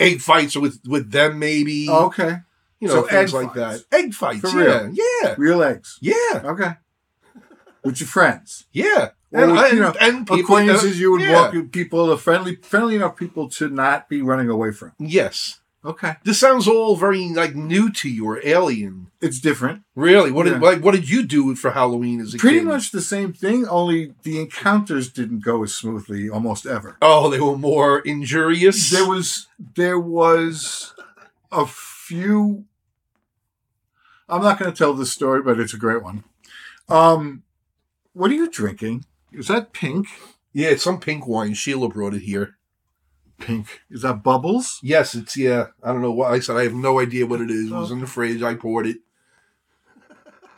S1: egg fights with with them, maybe.
S2: okay.
S1: you know,
S2: so
S1: things
S2: egg
S1: like
S2: fights.
S1: that. Egg fights,
S2: For
S1: yeah, yeah,
S2: Real eggs.
S1: yeah,
S2: Okay. With your friends.
S1: yeah.
S2: Or
S1: And,
S2: with, you
S1: and,
S2: know,
S1: and people, uh,
S2: Acquaintances you would
S1: yeah.
S2: walk with people are friendly friendly enough people to not be running away from.
S1: Yes,
S2: Okay.
S1: this sounds all very like new to you or alien.
S2: It's different.
S1: Really, what
S2: Yeah.
S1: did like what did you do for Halloween as a
S2: Pretty
S1: kid?
S2: much the same thing, only the encounters didn't go as smoothly almost ever.
S1: Oh, they were more injurious.
S2: There was there was a few I'm not gonna tell this story, but it's a great one. Um what are you drinking? Is that pink?
S1: yeah, it's some pink wine. Sheila brought it here.
S2: Pink. Is that bubbles?
S1: Yes, it's yeah. I don't know why I said I have no idea what it is. It
S2: Oh.
S1: was in the fridge. I poured it.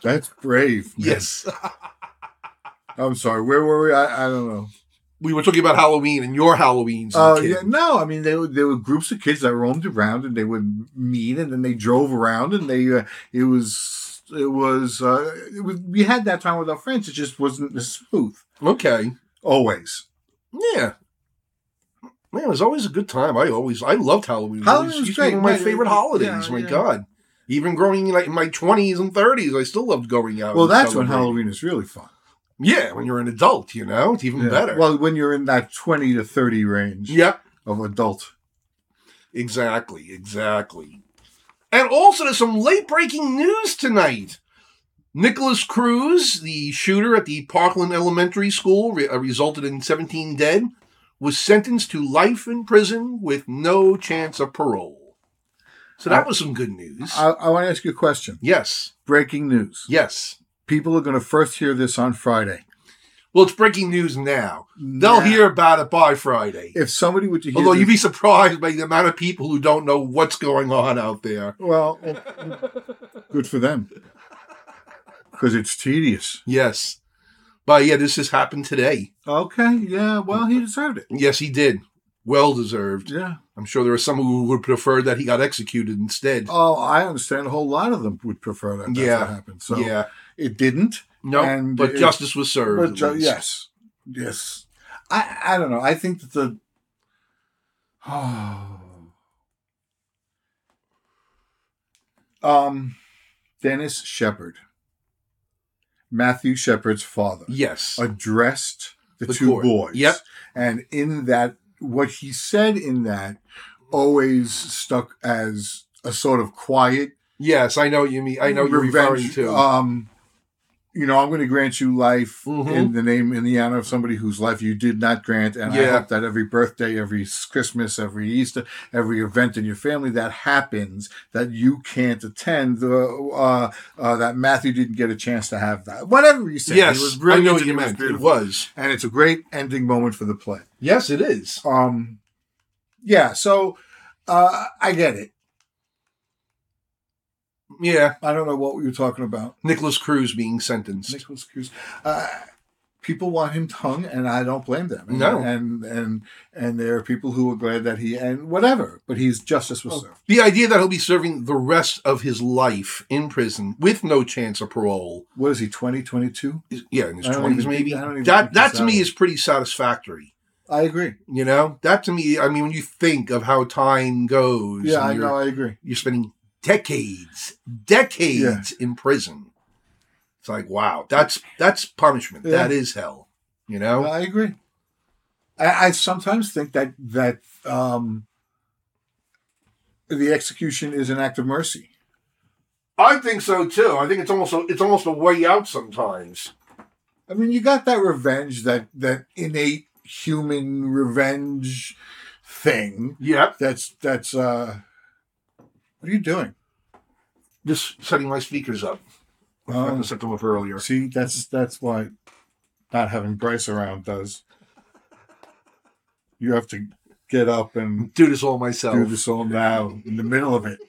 S2: That's brave. man.
S1: Yes.
S2: I'm sorry. Where were we? I, I don't know.
S1: we were talking about Halloween and your Halloweens.
S2: Oh
S1: as a kid.
S2: yeah, no. I mean, there were there were groups of kids that roamed around and they were mean, and then they drove around and they uh, it was it was uh, it was we had that time with our friends. It just wasn't as smooth
S1: Okay.
S2: always.
S1: Yeah. Man, it was always a good time. I always I loved Halloween. It
S2: Halloween
S1: always
S2: was
S1: used to be
S2: great.
S1: One of my
S2: Yeah,
S1: favorite
S2: yeah,
S1: holidays.
S2: yeah,
S1: my
S2: yeah.
S1: God. Even growing like in my twenties and thirties, I still loved going out.
S2: Well,
S1: and
S2: that's when
S1: celebrating.
S2: Halloween is really fun.
S1: Yeah, when you're an adult, you know, it's even
S2: Yeah.
S1: better.
S2: Well, when you're in that twenty to thirty range
S1: yeah,
S2: of adult.
S1: exactly, exactly. And also, there's some late breaking news tonight. Nicholas Cruz, the shooter at the Parkland Elementary School, re- uh, resulted in 17 dead, was sentenced to life in prison with no chance of parole. So that was some good news.
S2: I, I want to ask you a question.
S1: yes,
S2: Breaking news.
S1: yes.
S2: People are going to first hear this on Friday.
S1: Well, it's breaking news now. They'll
S2: Nah.
S1: hear about it by Friday.
S2: If somebody were to hear,
S1: Although
S2: this-
S1: you'd be surprised by the amount of people who don't know what's going on out there.
S2: Well, oh, good for them. Because it's tedious.
S1: Yes. But yeah, this has happened today.
S2: Okay, yeah, well, he deserved it.
S1: Yes, he did. Well deserved.
S2: Yeah.
S1: I'm sure there are some who would prefer that he got executed instead.
S2: Oh, I understand a whole lot of them would prefer that yeah.
S1: Yeah.
S2: that happened. So
S1: yeah.
S2: it didn't.
S1: No,
S2: and
S1: but
S2: it-
S1: justice was served.
S2: But
S1: at
S2: ju-
S1: least.
S2: yes. Yes. I I don't know. I think that the oh. um Dennis Shepard, Matthew Shepard's father,
S5: Yes.
S2: addressed the,
S5: The
S2: two
S5: court.
S2: boys.
S5: Yep.
S2: And in that, what he said in that always stuck as a sort of quiet
S5: yes, I know what you mean. I know you're referring to.
S2: Um, you know, I'm going to grant you life
S5: Mhm.
S2: in the name, in the honor of somebody whose life you did not grant. And I
S5: Yeah.
S2: hope that every birthday, every Christmas, every Easter, every event in your family that happens that you can't attend, uh, uh, uh, that Matthew didn't get a chance to have that. Whatever you said,
S5: yes,
S2: it was
S5: I
S2: brilliant.
S5: know what
S2: and
S5: you
S2: it was
S5: meant. It
S2: beautiful.
S5: was.
S2: and it's a great ending moment for the play.
S5: Yes, it is.
S2: Um, yeah, so uh, I get it.
S5: Yeah.
S2: I don't know what we were talking about.
S5: Nicholas Cruz being sentenced.
S2: Nicholas Cruz. Uh, people want him hung, and I don't blame them. And,
S5: No.
S2: and and and there are people who are glad that he and whatever, but he's justice was served.
S5: the idea that he'll be serving the rest of his life in prison with no chance of parole
S2: What is he? Twenty twenty two.
S5: is- yeah in his
S2: I don't
S5: 20s
S2: even
S5: maybe
S2: think- I don't even
S5: that
S2: think
S5: that
S2: it's
S5: to
S2: that
S5: me
S2: way.
S5: is pretty satisfactory
S2: I agree.
S5: you know that to me i mean when you think of how time goes
S2: Yeah,
S5: and
S2: I
S5: you're,
S2: know. I agree.
S5: you're spending decades decades
S2: Yeah.
S5: in prison it's like wow that's that's punishment
S2: Yeah. Uh,
S5: that is hell you know
S2: I agree. I, I sometimes think that that um, the execution is an act of mercy.
S5: i think so too i think it's almost a, it's almost a way out sometimes
S2: I mean, you got that revenge, that that innate human revenge thing.
S5: yep
S2: That's that's. uh What are you doing?
S5: just setting my speakers up i forgot
S2: Oh.
S5: to set them up earlier
S2: See, that's that's why not having Bryce around does. You have to get up and
S5: do this all myself
S2: do this all now in the middle of it.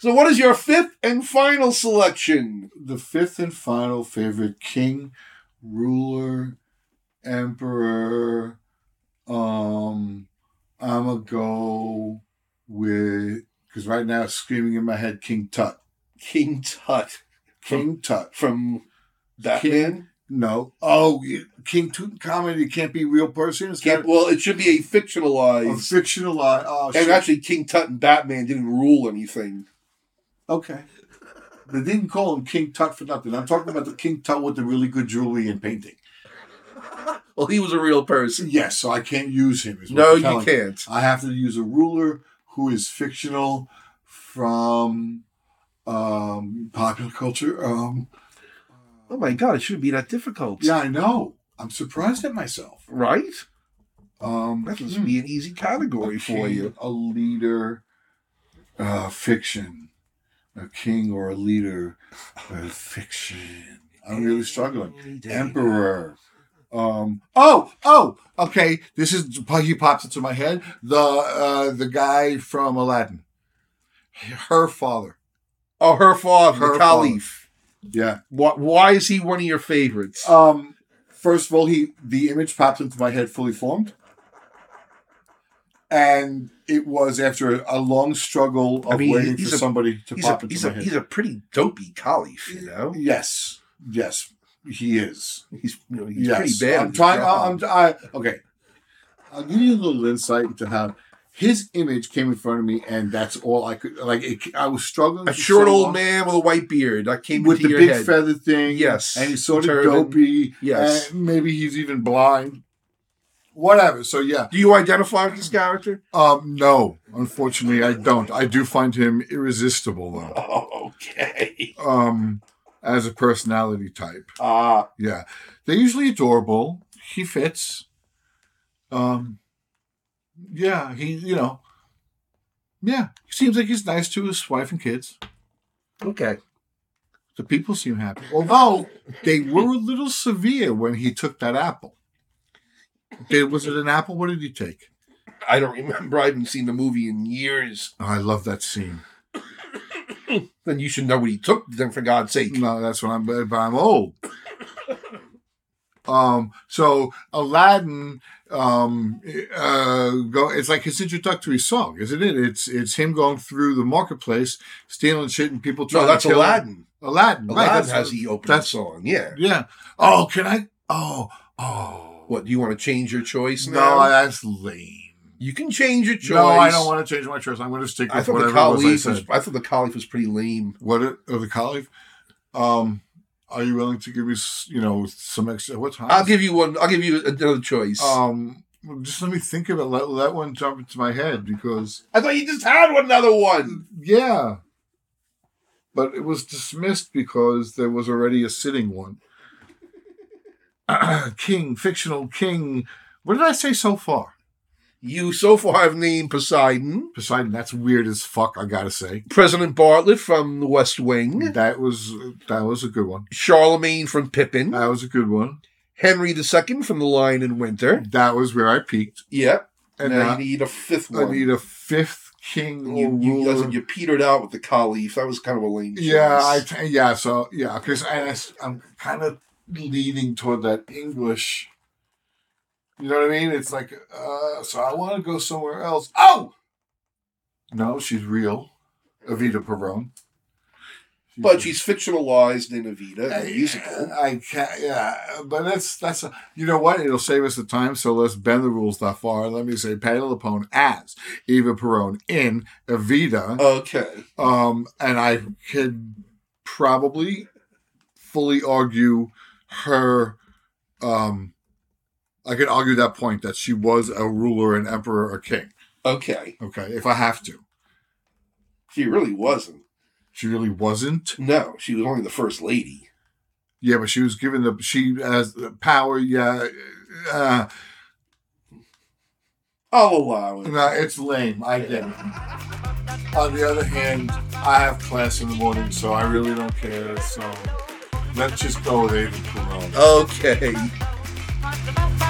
S5: So, what is your fifth and final selection?
S2: The fifth and final favorite king, ruler, emperor. Um, I'ma go with because right now it's screaming in my head, King Tut,
S5: King Tut
S2: King Tut.
S5: from
S2: Batman? No, oh, you- King Tutankhamun. You can't be a real person. It's gotta-
S5: well, it should be a
S2: A
S5: fictionalized.
S2: fictional eye. Oh, shit.
S5: King Tut and Batman didn't rule anything.
S2: okay. They didn't call him King Tut for nothing. I'm talking about the King Tut with the really good jewelry and painting.
S5: Well, he was a real person.
S2: Yes, so I can't use him. is what
S5: No,
S2: I'm
S5: you
S2: telling
S5: can't.
S2: I have to use a ruler who is fictional from um, popular culture. Um,
S5: Oh my God, it shouldn't be that difficult.
S2: yeah, I know. I'm surprised at myself.
S5: Right?
S2: Um,
S5: That must
S2: hmm.
S5: be an easy category
S2: a
S5: for
S2: king,
S5: you.
S2: A leader, uh, fiction. A king or a leader, uh, fiction. I'm really struggling. Emperor. Um. Oh. Oh. Okay. This is he pops into my head. The uh, the guy from Aladdin. Her father.
S5: Oh, her father,
S2: Her
S5: the Caliph.
S2: Yeah.
S5: Why, why is he one of your favorites?
S2: Um. First of all, he the image popped into my head fully formed, and it was after a long struggle of
S5: I mean,
S2: waiting
S5: he's
S2: for
S5: a-
S2: somebody to
S5: he's, a,
S2: pop into
S5: he's,
S2: my
S5: a,
S2: head.
S5: he's a pretty dopey Caliph, you know?
S2: Yes. Yes. He is.
S5: He's, you know, he's
S2: Yes.
S5: pretty bad. at
S2: I'm
S5: his
S2: trying.
S5: job.
S2: I, I'm. I, okay. I'll give you a little insight into how his image came in front of me, and that's all I could. Like it, I was struggling.
S5: a
S2: for
S5: short
S2: so
S5: old
S2: long
S5: man with a white beard. That came
S2: with
S5: into
S2: the
S5: your
S2: big
S5: head.
S2: feather thing.
S5: Yes.
S2: and he's sort of
S5: Turban.
S2: dopey.
S5: Yes.
S2: and maybe he's even blind. Whatever. So yeah.
S5: Do you identify with this character?
S2: Um. No. Unfortunately, I don't. I do find him irresistible though.
S3: Oh, okay.
S2: Um. As a personality type.
S3: Uh,
S2: Yeah. They're usually adorable. He fits. Um Yeah, he you know. Yeah. He seems like he's nice to his wife and kids.
S5: Okay.
S2: The people seem happy. Although they were a little severe when he took that apple. Did, was it an apple? What did he take?
S5: I don't remember. I haven't seen the movie in years.
S2: Oh, I love that scene.
S5: Then you should know what he took, then, for God's sake.
S2: No, that's what I'm. But I'm old. Um. So Aladdin. Um. Uh. Go. It's like his introductory song, isn't it? It's it's him going through the marketplace, stealing shit, and people trying.
S5: No, that's
S2: to kill him.
S5: Aladdin.
S2: Aladdin. right,
S5: Aladdin
S2: that's
S5: has
S2: what-
S5: the opening
S2: that's-
S5: song. Yeah.
S2: Yeah. Oh, can I? Oh. Oh.
S5: What do you want to change your choice now?
S2: No, that's lame.
S5: you can change your choice.
S2: No, I don't want to change my choice. I'm going to stick
S5: I
S2: with
S5: thought the
S2: whatever it was I
S5: caliph was.
S2: said.
S5: I thought the caliph was pretty lame.
S2: What it, of the caliph? Um, are you willing to give me, s- you know, some extra? What time?
S5: I'll
S2: is
S5: give you one. I'll give you another choice.
S2: it? Um, well, just let me think of it. Let that one jump into my head because
S5: I thought you just had one, another one.
S2: yeah, but it was dismissed because there was already a sitting one. king, fictional king. What did I say so far?
S5: You so far have named Poseidon,
S2: Poseidon. That's weird as fuck. I gotta say
S5: President Bartlett from The West Wing,
S2: that was that was a good one.
S5: Charlemagne from Pippin,
S2: That was a good one.
S5: Henry II from The Lion in Winter.
S2: That was where I peaked.
S5: Yep. And
S2: And
S5: now
S2: I-
S5: you need a fifth
S2: I
S5: one.
S2: need a fifth king or
S5: you, you,
S2: ruler.
S5: listen, you petered out with the caliph. That was kind of a lame.
S2: yeah, I
S5: choice.
S2: t- yeah. So yeah, because I, am kind of leaning toward that English. You know what I mean? It's like, uh, so I want to go somewhere else. Oh, no, she's real, Evita Peron.
S5: But she's fictionalized in Evita,
S2: I-
S5: the musical.
S2: I can't. Yeah, but that's that's. A, you know what? It'll save us the time. So let's bend the rules that far. Let me say, Patty Lapone as Eva Perone in Evita,
S5: Okay.
S2: um, and I could probably fully argue her. Um, I could argue that point that she was a ruler, an emperor, a king.
S5: Okay.
S2: Okay, if I have to.
S5: She really wasn't.
S2: She really wasn't.
S5: No, she was only the first lady.
S2: Yeah, but she was given the she has the power. Yeah. Uh,
S5: I'll allow it.
S2: No, it's lame. I get it. On the other hand, I have class in the morning, so I really don't care. So let's just go with Ava Perone.
S5: Okay.
S6: Bye.